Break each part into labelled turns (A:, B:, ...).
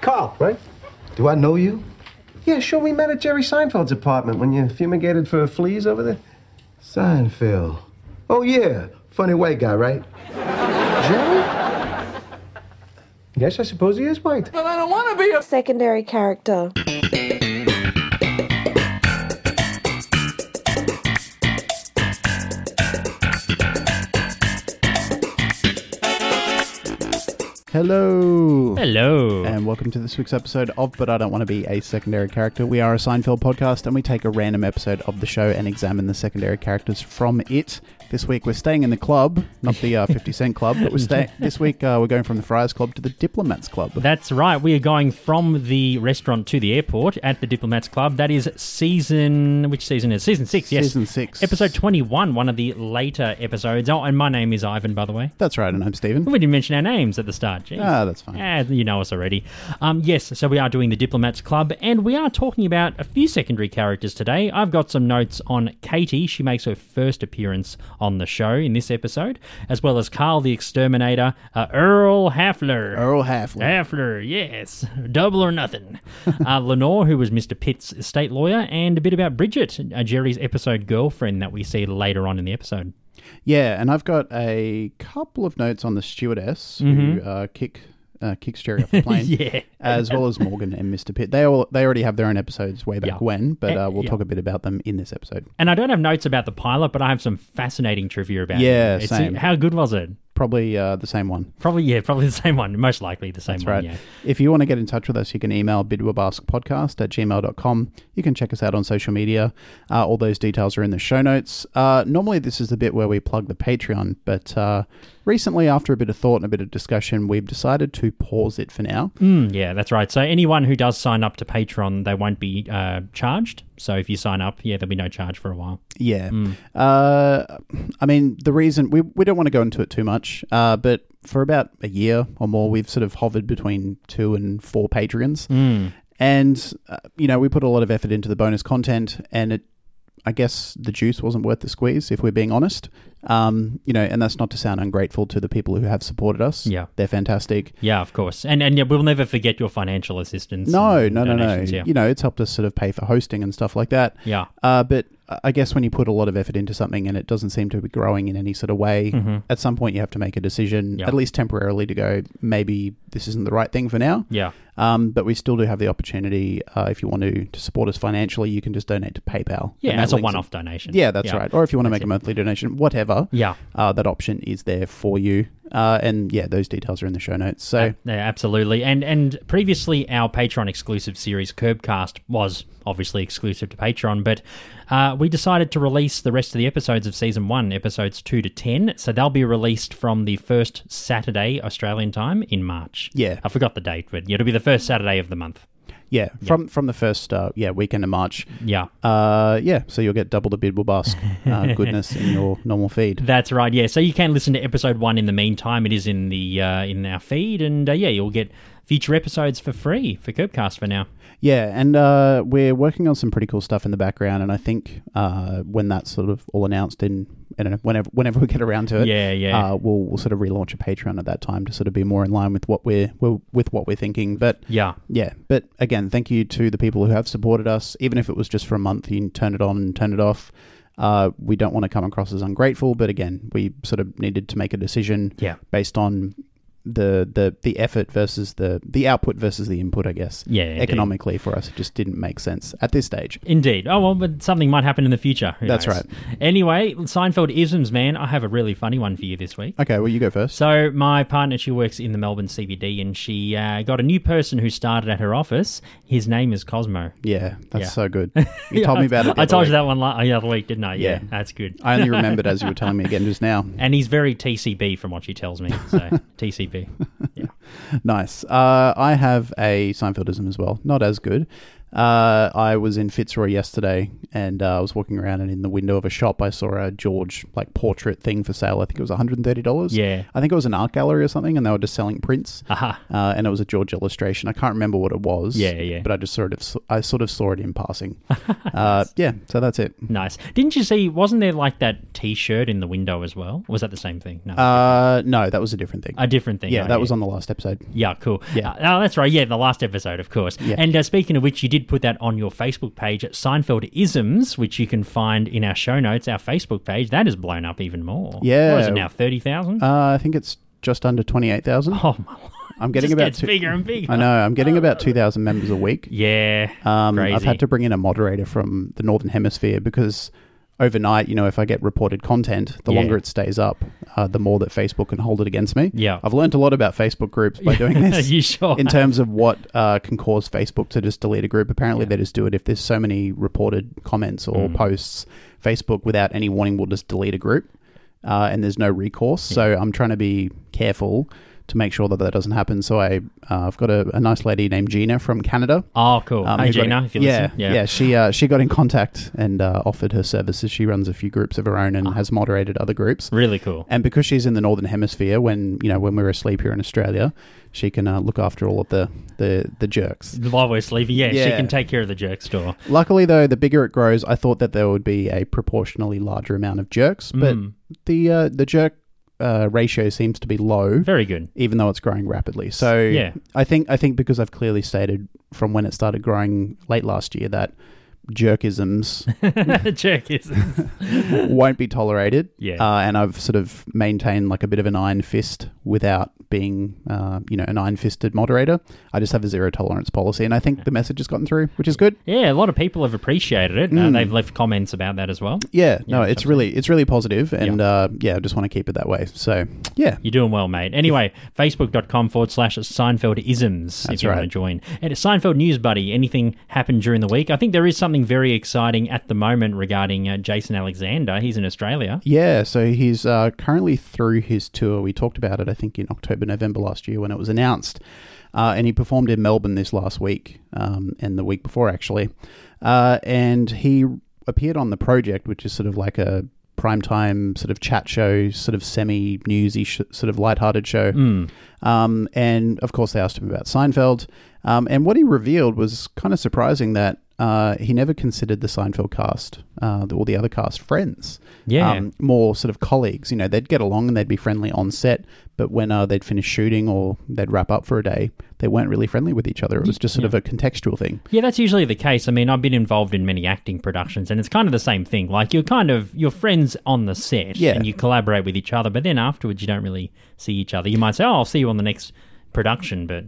A: Carl, right? Do I know you? Yeah, sure, we met at Jerry Seinfeld's apartment when you fumigated for fleas over there. Seinfeld. Oh, yeah. Funny white guy, right? Jerry? Yes, I suppose he is white.
B: I don't want to be a
C: secondary character.
D: Hello.
E: Hello.
D: And welcome to this week's episode of But I Don't Want to Be a Secondary Character. We are a Seinfeld podcast and we take a random episode of the show and examine the secondary characters from it. This week we're staying in the club, not the uh, 50 Cent Club, but we're staying. This week uh, we're going from the Friars Club to the Diplomats Club.
E: That's right. We are going from the restaurant to the airport at the Diplomats Club. That is season. Which season is it? season six? Yes,
D: Season six.
E: episode twenty-one. One of the later episodes. Oh, and my name is Ivan, by the way.
D: That's right, and I'm Stephen.
E: We didn't mention our names at the start. Jeez.
D: Ah, that's fine.
E: Ah, you know us already. Um, yes, so we are doing the Diplomats Club, and we are talking about a few secondary characters today. I've got some notes on Katie. She makes her first appearance on the show in this episode, as well as Carl the Exterminator, uh, Earl Hafler.
D: Earl Halfley.
E: Hafler, yes. Double or nothing. uh, Lenore, who was Mr. Pitt's estate lawyer, and a bit about Bridget, uh, Jerry's episode girlfriend that we see later on in the episode.
D: Yeah, and I've got a couple of notes on the stewardess who uh, kick uh, kicks Jerry off the plane.
E: Mm-hmm. Yeah.
D: as well as Morgan and Mr. Pitt. They all they already have their own episodes way back
E: Yeah.
D: when, but
E: Eh,
D: uh, we'll
E: yeah.
D: talk a bit about them in this episode.
E: And I don't have notes about the pilot, but I have some fascinating trivia about
D: Yeah,
E: it. It's-
D: same.
E: How good was it?
D: Probably uh, the same one.
E: Probably, yeah, probably the same one. Most likely the same
D: That's
E: one,
D: right.
E: yeah.
D: If you want to get in touch with us, you can email bidwabaskpodcast at gmail.com. You can check us out on social media. Uh, all those details are in the show notes. Uh, normally, this is the bit where we plug the Patreon, but uh, recently, after a bit of thought and a bit of discussion, we've decided to pause it for now.
E: Mm, yeah, that's right. So anyone who does sign up to Patreon, they won't be uh, charged. So if you sign up, yeah, there'll be no charge for a while.
D: Yeah. Uh, I mean, the reason we, we don't want to go into it too much, uh, but for about a year or more, we've sort of hovered between two and four Patreons. And, uh, you know, we put a lot of effort into the bonus content, and it, I guess the juice wasn't worth the squeeze, if we're being honest. Um, you know, and that's not to sound ungrateful to the people who have supported us.
E: Yeah.
D: They're fantastic.
E: Yeah, of course. And and yeah, we'll never forget your financial assistance.
D: No,
E: and
D: no, no, no.
E: donations, Yeah.
D: You know, it's helped us sort of pay for hosting and stuff like that.
E: Yeah.
D: Uh, but I- I guess when you put a lot of effort into something and it doesn't seem to be growing in any sort of way, at some point you have to make a decision,
E: Mm-hmm. Yeah.
D: at least temporarily, to go, maybe this isn't the right thing for now.
E: yeah.
D: Um, but we still do have the opportunity, uh, if you want to, to support us financially, you can just donate to PayPal.
E: Yeah,
D: And that
E: that's a
D: links-
E: one off donation.
D: Yeah, that's right. Or if you want to make
E: it.
D: a monthly donation, whatever.
E: Yeah.
D: Uh, that option is there for you. Uh, and yeah, those details are in the show notes. So.
E: Yeah, absolutely. And and previously, our Patreon exclusive series Curbcast was obviously exclusive to Patreon, but uh, we decided to release the rest of the episodes of season one, episodes two to ten. So they'll be released from the first Saturday Australian time in March.
D: Yeah.
E: I forgot the date, but it'll be the first Saturday of the month.
D: Yeah, from from the first uh, yeah weekend of March.
E: Yeah.
D: Uh, yeah, so you'll get double the bid bask uh, goodness in your normal feed.
E: That's right. Yeah. So you can listen to episode one in the meantime. It is in the uh, in our feed, and uh, yeah, you'll get future episodes for free for Curbcast for now.
D: Yeah, and uh, we're working on some pretty cool stuff in the background, and I think uh, when that's sort of all announced in. I don't know. Whenever, whenever we get around to it,
E: Yeah, yeah.
D: uh, we'll we'll sort of relaunch a Patreon at that time to sort of be more in line with what we're, we're with what we're thinking. But
E: Yeah.
D: yeah, but again, thank you to the people who have supported us, even if it was just for a month. You can turn it on and turn it off. Uh, we don't want to come across as ungrateful, but again, we sort of needed to make a decision
E: Yeah.
D: based on the the the effort versus the the output versus the input, I guess.
E: Yeah, indeed.
D: economically for us, it just didn't make sense at this stage.
E: Indeed. Oh well, but something might happen in the future. Who
D: That's
E: knows?
D: right.
E: Anyway, Seinfeld isms, man. I have a really funny one for you this week.
D: Okay, well, you go first.
E: So my partner, she works in the Melbourne CBD, and she uh, got a new person who started at her office. His name is Cosmo.
D: yeah, that's
E: Yeah.
D: so good. You told me about it. the
E: I
D: other
E: told
D: week.
E: you that one la- the other week, didn't I?
D: Yeah.
E: that's good.
D: I only remembered as you were telling me again just now.
E: and he's very TCB from what she tells me. So TCB. Yeah.
D: Nice. Uh, I have a Seinfeldism as well. Not as good. Uh, I was in Fitzroy yesterday, and uh, I was walking around, and in the window of a shop, I saw a George like portrait thing for sale. I think it was one hundred and thirty dollars.
E: Yeah.
D: I think it was an art gallery or something, and they were just selling prints.
E: Aha.
D: Uh, and it was a George illustration. I can't remember what it was.
E: Yeah, yeah.
D: But I just sort of, I sort of saw it in passing. uh, yeah. So that's it.
E: Nice. Didn't you see? Wasn't there like that T-shirt in the window as well? Or was that the same thing? No,
D: Uh, no, that was a different thing.
E: a different thing.
D: yeah,
E: right?
D: that was on the last episode.
E: Yeah, cool.
D: Yeah.
E: Uh, oh, that's right. Yeah, the last episode, of course.
D: Yeah.
E: And uh, speaking of which, you did put that on your Facebook page at Seinfeld Isms, which you can find in our show notes, our Facebook page. That has blown up even more.
D: Yeah.
E: What is it now, 30,000?
D: Uh, I think it's just under twenty eight thousand.
E: oh, my Lord.
D: I'm getting
E: Just
D: about
E: gets
D: two-
E: bigger and bigger.
D: I know. I'm getting about two thousand members a week.
E: Yeah.
D: Um,
E: crazy.
D: I've had to bring in a moderator from the Northern Hemisphere because overnight, you know, if I get reported content, the
E: Yeah.
D: longer it stays up, uh, the more that Facebook can hold it against me.
E: Yeah.
D: I've learned a lot about Facebook groups by doing this.
E: You sure
D: In terms of what uh, can cause Facebook to just delete a group. Apparently, they just do it if there's so many reported comments or
E: Mm.
D: posts. Facebook, without any warning, will just delete a group uh, and there's no recourse. So I'm trying to be careful. To make sure that that doesn't happen, so I uh, I've got a, a nice lady named Gina from Canada
E: Oh, cool.
D: um,
E: hey,
D: who got
E: Gina,
D: in-
E: if you
D: yeah,
E: listen.
D: yeah, She uh, she got in contact and uh, offered her services. She runs a few groups of her own
E: Ah.
D: and has moderated other groups.
E: Really cool.
D: And because she's in the northern hemisphere, when you know when we're asleep here in Australia, she can uh, look after all of the the, the jerks.
E: While we're sleeping, yeah, she
D: Yeah.
E: can take care of the jerk store.
D: Luckily, though, the bigger it grows, I thought that there would be a proportionally larger amount of jerks,
E: Hmm.
D: but the uh, the jerk uh, ratio seems to be low.
E: Very good.
D: even though it's growing rapidly. So
E: Yeah.
D: I think I think because I've clearly stated from when it started growing late last year that jerkisms
E: jerk is.
D: won't be tolerated.
E: Yeah.
D: Uh, and I've sort of maintained like a bit of an iron fist without being, uh, you know, an iron fisted moderator. I just have a zero tolerance policy. And I think the message has gotten through, which is good.
E: Yeah, a lot of people have appreciated it.
D: Mm.
E: Uh, they've left comments about that as well.
D: Yeah. no, it's really, it's really positive And uh, yeah, I just want to keep it that way. So yeah.
E: You're doing well, mate. Anyway, facebook.com forward slash Seinfeld isms if you want to
D: right.
E: join. And Seinfeld News Buddy, anything happened during the week? I think there is something very exciting at the moment regarding uh, Jason Alexander. He's in Australia.
D: Yeah, so he's uh, currently through his tour. We talked about it, I think, in October, November last year when it was announced. Uh, and he performed in Melbourne this last week um, and the week before, actually. Uh, and he appeared on The Project, which is sort of like a primetime sort of chat show, sort of semi newsy, sh- sort of lighthearted show. Um, and of course, they asked him about Seinfeld. Um, and what he revealed was kind of surprising that uh, he never considered the Seinfeld cast, uh, the- all the other cast friends. Um,
E: Yeah.
D: more sort of colleagues. You know, they'd get along and they'd be friendly on set, but when uh, they'd finish shooting or they'd wrap up for a day, they weren't really friendly with each other. It was just sort of a contextual thing.
E: Yeah, that's usually the case. I mean, I've been involved in many acting productions, and it's kind of the same thing. Like you're kind of you're friends on the set,
D: Yeah.
E: and you collaborate with each other, but then afterwards you don't really see each other. You might say, "Oh, I'll see you on the next production," but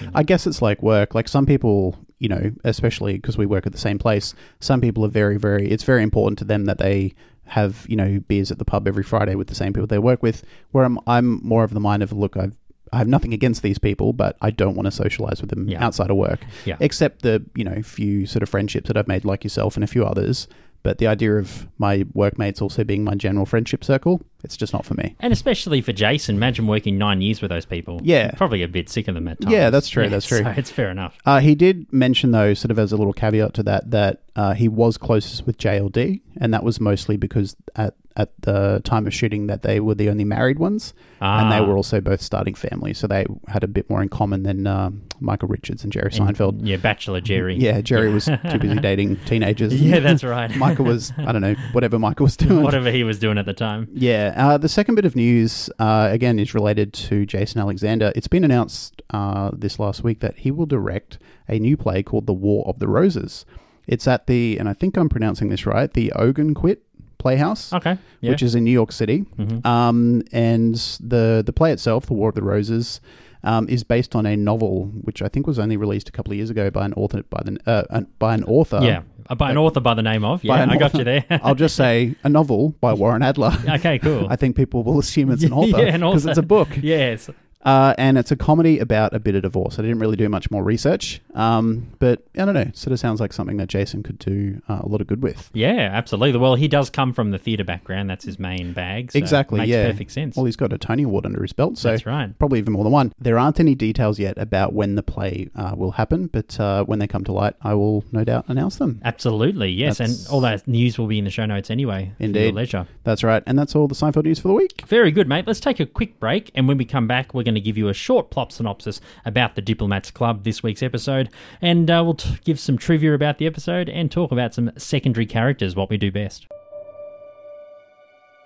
D: Mm-hmm. I guess it's like work. Like some people, you know, especially because we work at the same place, some people are very, very, it's very important to them that they have, you know, beers at the pub every Friday with the same people they work with. Where I'm, I'm more of the mind of, look, I've, I have nothing against these people, but I don't want to socialize with them
E: Yeah.
D: outside of work.
E: Yeah.
D: Except the, you know, few sort of friendships that I've made, like yourself and a few others. But the idea of my workmates also being my general friendship circle, it's just not for me.
E: and especially for Jason, imagine working nine years with those people.
D: Yeah.
E: You're probably a bit sick of them at times.
D: Yeah, that's true, that's true.
E: so it's fair enough.
D: Uh, he did mention, though, sort of as a little caveat to that, that uh, he was closest with JLD, and that was mostly because at, at the time of shooting that they were the only married ones, and
E: Ah.
D: they were also both starting families, so they had a bit more in common than um Michael Richards and Jerry Seinfeld.
E: Yeah, Bachelor Jerry.
D: Yeah, Jerry was too busy dating teenagers.
E: Yeah, that's right.
D: Michael was, I don't know, whatever Michael was doing.
E: Whatever he was doing at the time.
D: Yeah. Uh, the second bit of news, uh, again, is related to Jason Alexander. It's been announced uh, this last week that he will direct a new play called The War of the Roses. It's at the, and I think I'm pronouncing this right, the Ogunquit Playhouse.
E: Okay. Yeah. Mm-hmm.
D: Which is in New York City, um, and the the play itself, The War of the Roses, um, is based on a novel which I think was only released a couple of years ago by an author by the uh, an- by an author
E: yeah. Uh, By an author by the name of.
D: by
E: Yeah,
D: an
E: I got
D: author-
E: you there.
D: I'll just say a novel by Warren Adler.
E: okay, cool.
D: I think people will assume it's an author
E: yeah, an
D: because
E: author.
D: it's a book.
E: Yes.
D: Uh, and it's a comedy about a bit of divorce. I didn't really do much more research, um, but I don't know. it Sort of sounds like something that Jason could do uh, a lot of good with.
E: Yeah, absolutely. Well, he does come from the theatre background. That's his main bag. So
D: exactly.
E: Makes
D: yeah.
E: perfect sense.
D: Well, he's got a Tony Award under his belt, so
E: That's right.
D: Probably even more than one. There aren't any details yet about when the play uh, will happen, but uh, when they come to light, I will no doubt announce them.
E: Absolutely, yes.
D: That's-
E: And all that news will be in the show notes anyway. for your
D: Indeed.
E: leisure.
D: That's right. And that's all the Seinfeld news for the week.
E: Very good, mate. Let's take a quick break, and when we come back, we're going to give you a short plot synopsis about the Diplomats Club, this week's episode, and uh, we'll t- give some trivia about the episode and talk about some secondary characters, what we do best.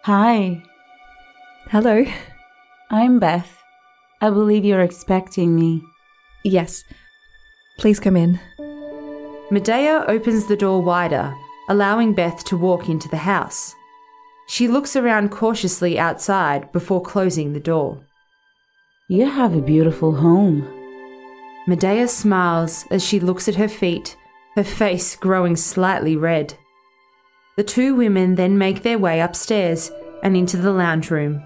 B: Hi,
C: Hello.
B: I'm Beth. I believe you're expecting me.
C: Yes. Please come in.
B: Medea opens the door wider, allowing Beth to walk into the house. She looks around cautiously outside before closing the door. You have a beautiful home. Medea smiles as she looks at her feet, her face growing slightly red. The two women then make their way upstairs and into the lounge room.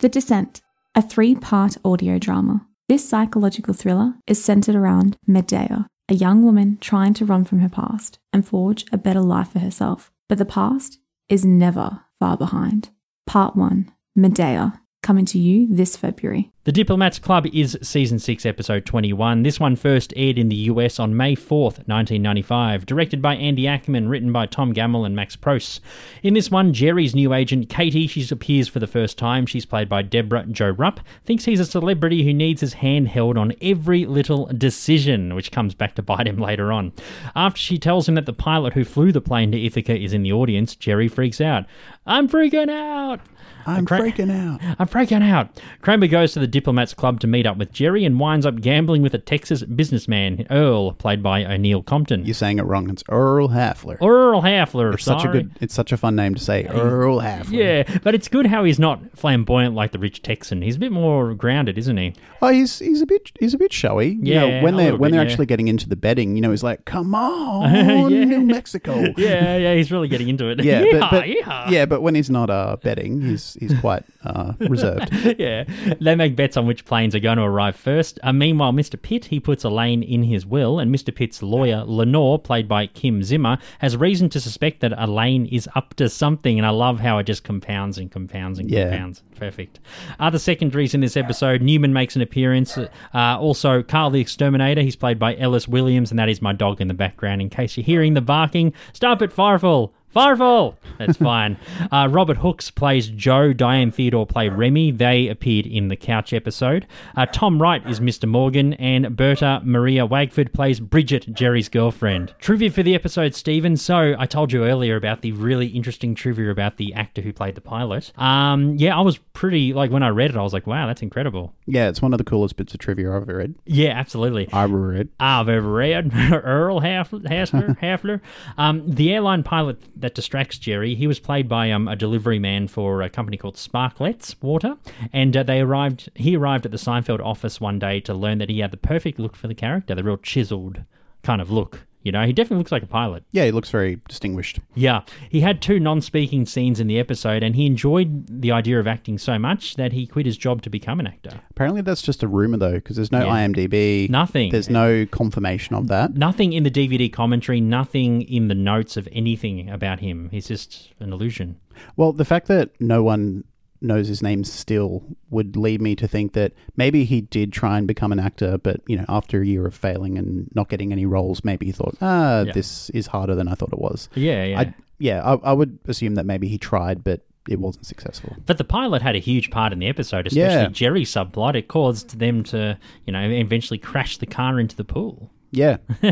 F: The Descent, a three part audio drama. This psychological thriller is centered around Medea, a young woman trying to run from her past and forge a better life for herself. But the past is never far behind. Part 1 Medea, coming to you this February.
E: The Diplomats Club is season 6, episode 21. This one first aired in the US on May 4th, 1995. Directed by Andy Ackerman, written by Tom Gamble and Max Pross. In this one, Jerry's new agent, Katie, she appears for the first time. She's played by Deborah Joe Rupp, thinks he's a celebrity who needs his hand held on every little decision, which comes back to bite him later on. After she tells him that the pilot who flew the plane to Ithaca is in the audience, Jerry freaks out. I'm freaking out!
D: I'm
E: cra-
D: freaking out.
E: I'm freaking out. Kramer goes to the Diplomats Club to meet up with Jerry and winds up gambling with a Texas businessman, Earl, played by O'Neill Compton.
D: You're saying it wrong. It's Earl Halfler.
E: Earl Halfler,
D: it's such a
E: sorry.
D: good. It's such a fun name to say. Earl Halfler.
E: Yeah, but it's good how he's not flamboyant like the rich Texan. He's a bit more grounded, isn't he?
D: Oh, he's he's a bit he's a bit showy. You know,
E: Yeah,
D: when
E: a
D: they're
E: little
D: when
E: bit,
D: they're
E: yeah.
D: actually getting into the betting, you know, he's like, "Come on,
E: Yeah.
D: New Mexico."
E: Yeah, yeah, he's really getting into it.
D: Oh. Yeah, but, but
E: yeehaw.
D: yeah, but when he's not uh, betting, he's he's quite uh, reserved.
E: yeah. They make bets on which planes are going to arrive first. Uh, meanwhile, Mr. Pitt, he puts Elaine in his will, and Mr. Pitt's lawyer, Lenore, played by Kim Zimmer, has reason to suspect that Elaine is up to something, and I love how it just compounds and compounds and
D: Yeah.
E: compounds. Perfect. Other secondaries in this episode, Newman makes an appearance. Uh, also, Carl the Exterminator, he's played by Ellis Williams, and that is my dog in the background. In case you're hearing the barking, stop it, Firefall! Firefall! That's fine. Uh, Robert Hooks plays Joe. Diane Theodore played Remy. They appeared in the Couch episode. Uh, Tom Wright is Mr. Morgan, and Berta Maria Wagford plays Bridget, Jerry's girlfriend. Trivia for the episode, Stephen. So I told you earlier about the really interesting trivia about the actor who played the pilot. Um, yeah, I was pretty like when I read it, I was like, wow, that's incredible.
D: Yeah, it's one of the coolest bits of trivia I've ever read.
E: Yeah, absolutely.
D: I've read.
E: I've ever read, Earl Half- Hassler, Hafler. Um, the airline pilot that distracts Jerry, he was played by um, a delivery man for a company called Sparklets Water, and uh, they arrived. He arrived at the Seinfeld office one day to learn that he had the perfect look for the character, the real chiseled kind of look. You know, he definitely looks like a pilot.
D: Yeah, he looks very distinguished.
E: Yeah, he had two non-speaking scenes in the episode, and he enjoyed the idea of acting so much that he quit his job to become an actor.
D: Apparently, that's just a rumor though, because there's no
E: Yeah.
D: IMDb,
E: Nothing.
D: There's no confirmation of that.
E: Nothing in the DVD commentary, nothing in the notes of anything about him. He's just an illusion.
D: Well, the fact that no one knows his name still would lead me to think that maybe he did try and become an actor, but you know, after a year of failing and not getting any roles, maybe he thought, ah,
E: Yeah.
D: this is harder than I thought it was.
E: Yeah, yeah.
D: I, yeah, I, I would assume that maybe he tried, but it wasn't successful.
E: but the pilot had a huge part in the episode, especially
D: Yeah.
E: Jerry's subplot. It caused them to, you know, eventually crash the car into the pool
D: Yeah,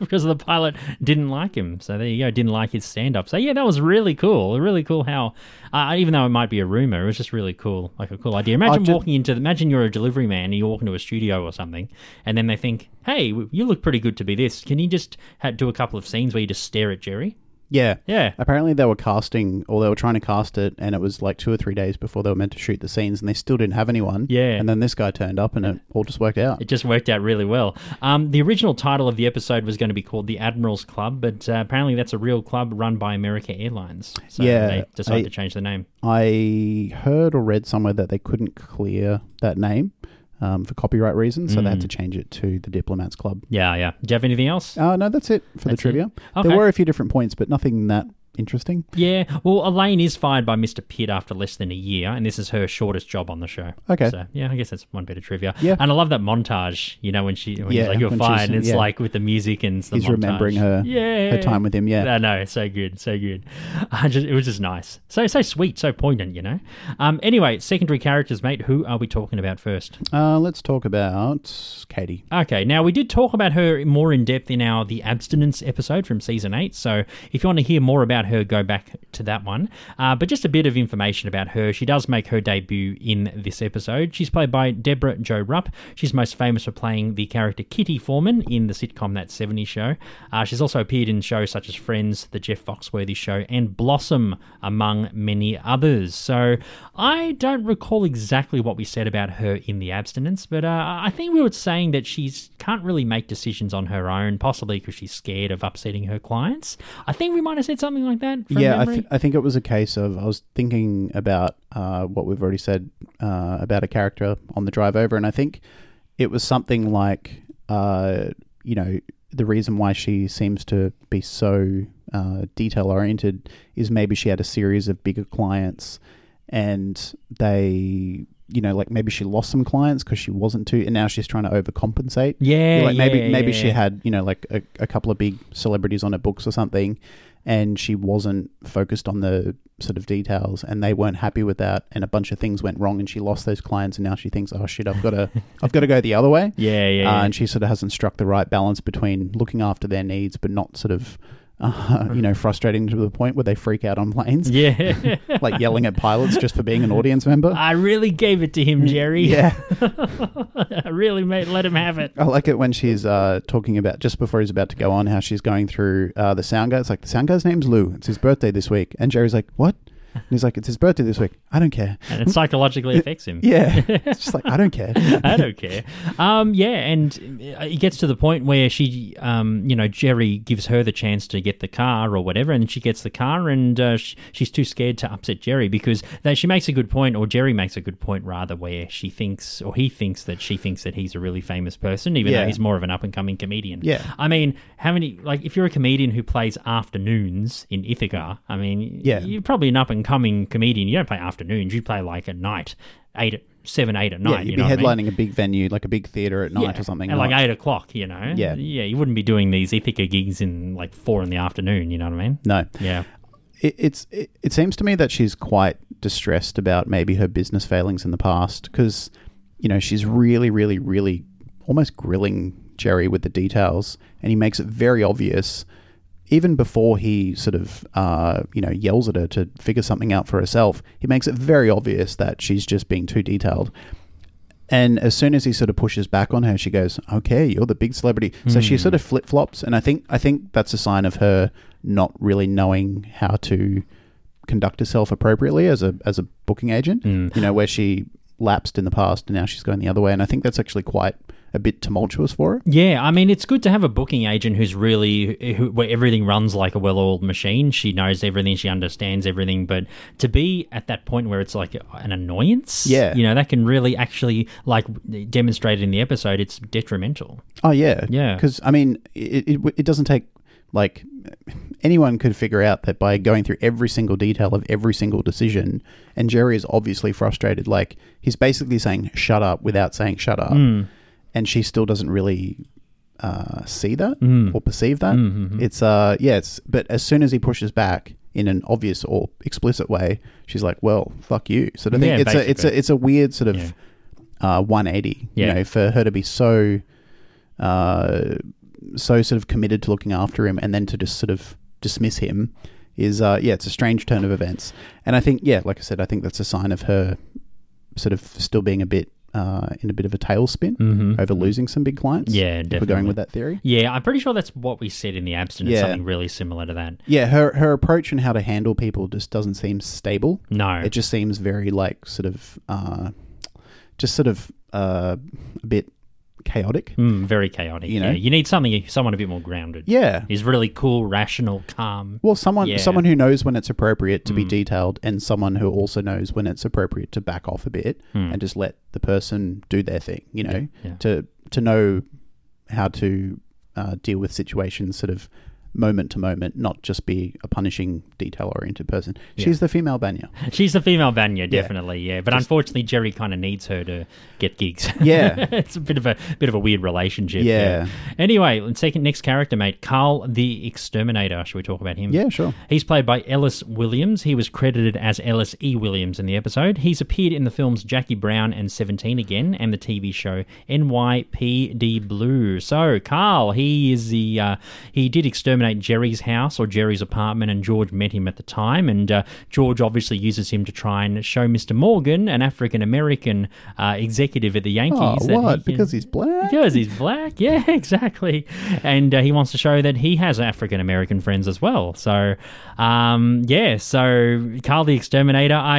E: because the pilot didn't like him. So there you go, didn't like his stand up. So yeah, that was really cool. Really cool how, uh, even though it might be a rumor, it was just really cool, like a cool idea. Imagine
D: ju-
E: walking into, imagine you're a delivery man and you walk into a studio or something, and then they think, hey, w- you look pretty good to be this. Can you just ha- do a couple of scenes where you just stare at Jerry?
D: Yeah.
E: Yeah.
D: Apparently they were casting, or they were trying to cast it, and it was like two or three days before they were meant to shoot the scenes, and they still didn't have anyone.
E: Yeah.
D: And then this guy turned up, and it all just worked out.
E: It just worked out really well. Um, the original title of the episode was going to be called The Admiral's Club, but uh, apparently that's a real club run by America Airlines. So
D: Yeah,
E: they decided
D: I-
E: to change the name.
D: I heard or read somewhere that they couldn't clear that name um, for copyright reasons, so they had to
E: Mm.
D: change it to the Diplomats Club.
E: Yeah, yeah. Do you have anything else?
D: Uh, no, that's it for
E: That's it.
D: the trivia.
E: Okay.
D: There were a few different points, but nothing that interesting.
E: Yeah. Well, Elaine is fired by Mr. Pitt after less than a year, and this is her shortest job on the show.
D: Okay.
E: So, yeah, I guess that's one bit of trivia.
D: Yeah.
E: And I love that montage, you know, when she when he's
D: Yeah,
E: like, you're
D: when she's-
E: fired, and it's
D: yeah.
E: like with the music and it's the
D: He's
E: montage.
D: remembering her-
E: yeah.
D: her time with him, yeah.
E: I know. So good. So good. I just, it was just nice. So, so sweet. So poignant, you know? Um. Anyway, secondary characters, mate. Who are we talking about first?
D: Uh, let's talk about Katie.
E: Okay, now we did talk about her more in depth in our The Abstinence episode from season 8. So if you want to hear more about her, go back to that one. Uh, but just a bit of information about her. She does make her debut in this episode. She's played by Deborah Jo Rupp. She's most famous for playing the character Kitty Foreman in the sitcom That 70s Show. Uh, she's also appeared in shows such as Friends, The Jeff Foxworthy Show, and Blossom, among many others. So I don't recall exactly what we said about her in The Abstinence, but uh, I think we were saying that she can't really make decisions on her own, possibly because she's scared of upsetting her clients. I think we might have said something like that. From
D: yeah, I, uh,
E: memory.
D: th- I think it was a case of I was thinking about uh, what we've already said uh, about a character on the drive over, and I think it was something like, uh, you know, the reason why she seems to be so uh, detail oriented is maybe she had a series of bigger clients, and they. You know, like maybe she lost some clients because she wasn't too, and now she's trying to overcompensate.
E: Yeah,
D: like maybe
E: yeah,
D: maybe
E: yeah.
D: she had you know like a, a couple of big celebrities on her books or something and she wasn't focused on the sort of details and they weren't happy with that and a bunch of things went wrong and she lost those clients and now she thinks oh shit i've got to i've got to go the other way
E: yeah, yeah, yeah.
D: uh, and she sort of hasn't struck the right balance between looking after their needs but not sort of uh, you know frustrating to the point where they freak out on planes
E: yeah.
D: like yelling at pilots just for being an audience member
E: I really gave it to him, Jerry.
D: yeah
E: I really made, let him have it.
D: I like it when she's uh, talking about just before he's about to go on how she's going through uh, the sound guy. It's like the sound guy's name's Lou. It's his birthday this week, and Jerry's like, "What?" And he's like, "It's his birthday this week. I don't care."
E: And it psychologically affects him.
D: Yeah, it's just like I don't care.
E: I don't care. Um, yeah, and it gets to the point where she, um, you know, Jerry gives her the chance to get the car or whatever, and she gets the car, and uh, sh she's too scared to upset Jerry because that she makes a good point, or Jerry makes a good point rather, where she thinks or he thinks that she thinks that he's a really famous person, even though
D: Yeah.
E: he's more of an up and coming comedian.
D: Yeah.
E: I mean, how many like if you're a comedian who plays afternoons in Ithaca, I mean,
D: Yeah.
E: you're probably an up and coming comedian. You don't play afternoons; you play like at night, eight, seven, eight at night.
D: yeah, you'd be
E: you know what I mean?
D: headlining a big venue, like a big theater at night
E: Yeah,
D: or something.
E: At like
D: not-
E: eight o'clock, you know?
D: Yeah.
E: Yeah, you wouldn't be doing these Ithaca gigs in like four in the afternoon, you know what I mean?
D: no,
E: Yeah.
D: it, it's it, it seems to me that she's quite distressed about maybe her business failings in the past because you know she's really really really almost grilling Jerry with the details and he makes it very obvious even before he sort of uh, you know yells at her to figure something out for herself he makes it very obvious that she's just being too detailed and as soon as he sort of pushes back on her, she goes, "Okay, you're the big celebrity." So she sort of flip flops, and I think I think that's a sign of her not really knowing how to conduct herself appropriately as a as a booking agent. You know, where she lapsed in the past, and now she's going the other way. And I think that's actually quite a bit tumultuous for her.
E: Yeah, I mean, it's good to have a booking agent who's really, who, where everything runs like a well oiled machine. She knows everything, she understands everything, but to be at that point where it's like an annoyance,
D: Yeah.
E: you know, that can really actually, like demonstrated in the episode, it's detrimental.
D: Oh yeah,
E: Yeah.
D: Because I mean, it, it it doesn't take like anyone could figure out that by going through every single detail of every single decision, and Jerry is obviously frustrated. Like he's basically saying "shut up" without saying "shut up,"
E: Hmm.
D: and she still doesn't really uh, see that
E: Hmm.
D: or perceive that. It's uh yeah, it's but as soon as he pushes back. In an obvious or explicit way, she's like, "Well, fuck you," sort of thing.
E: Yeah,
D: it's a, it's a,
E: basically.
D: it's a weird sort of
E: Yeah.
D: uh, 180.
E: Yeah.
D: You know, for her to be so uh, so sort of committed to looking after him and then to just sort of dismiss him is uh, yeah it's a strange turn of events and i think yeah like i said i think that's a sign of her sort of still being a bit uh, in a bit of a tailspin
E: Mhm.
D: over losing some big clients.
E: Yeah,
D: if we're going
E: definitely.
D: with that theory.
E: Yeah, I'm pretty sure that's what we said in the abstinence.
D: Yeah.
E: Something really similar to that.
D: Yeah, her her approach and how to handle people just doesn't seem stable.
E: No.
D: It just seems very like sort of uh, just sort of uh, a bit chaotic.
E: Mm, very chaotic.
D: You know?
E: yeah. you need something, someone a bit more grounded.
D: Yeah.
E: He's really cool, rational, calm.
D: Well, someone
E: Yeah. Hmm.
D: someone who knows when it's appropriate to be detailed, and someone who also knows when it's appropriate to back off a bit and just let the person do their thing. You know,
E: Hmm. yeah.
D: to to know how to uh, deal with situations, sort of moment to moment, not just be a punishing, detail oriented person. She's the female Banya.
E: She's the female Vanya, definitely. Yeah, but unfortunately, Jerry kind of needs her to get gigs.
D: Yeah.
E: it's a bit of a bit of a weird relationship.
D: Yeah.
E: Anyway, second next character, mate, Carl the Exterminator. Should we talk about him?
D: Yeah, sure.
E: He's played by Ellis Williams. He was credited as Ellis E. Williams in the episode. He's appeared in the films Jackie Brown and Seventeen again, and the TV show NYPD Blue. So Carl, he is the uh, he did exterminate Jerry's house or Jerry's apartment, and George met him at the time, and uh, George obviously uses him to try and show Mr. Morgan, an African American uh, executive at the Yankees,
D: Oh,
E: that he
D: what?
E: can-
D: because he's black.
E: because he's black. Yeah, exactly. And uh, he wants to show that he has African American friends as well. So, um, yeah. So Carl the Exterminator, I, i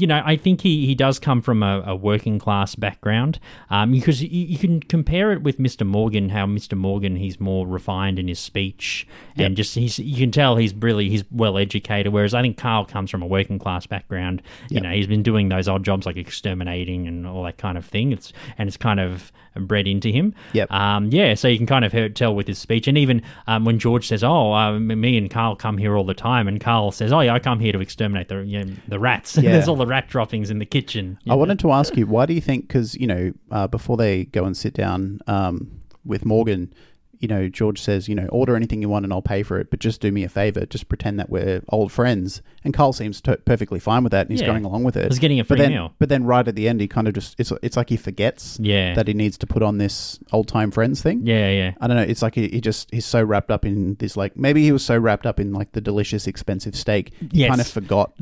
E: you know, I think he, he does come from a, a working class background. Um, because you, you can compare it with Mr. Morgan, how Mr. Morgan he's more refined in his speech and just he's you can tell he's really he's well educated. Whereas I think Carl comes from a working class background. You
D: Yep.
E: know, he's been doing those odd jobs like exterminating and all that kind of thing. It's and it's kind of bred into him.
D: Yep.
E: Um, yeah, so you can kind of hear, tell with his speech. And even um, when George says, Oh, um, me and Carl come here all the time, and Carl says, Oh, yeah, I come here to exterminate the, you know, the rats.
D: Yeah.
E: There's all the rat droppings in the kitchen.
D: I wanted to ask you, why do you think? Because you know, uh, before they go and sit down um, with Morgan, you know, George says, you know, order anything you want and I'll pay for it, but just do me a favor, just pretend that we're old friends. And Carl seems to- perfectly fine with that, and he's
E: Yeah.
D: going along with it.
E: He's getting a
D: but
E: free
D: then,
E: meal.
D: But then, right at the end, he kind of just—it's—it's like he forgets,
E: Yeah.
D: that he needs to put on this old-time friends thing.
E: Yeah, yeah.
D: I don't know. It's like he, he just he's so wrapped up in this like maybe he was so wrapped up in like the delicious expensive steak he
E: Yes.
D: kind of forgot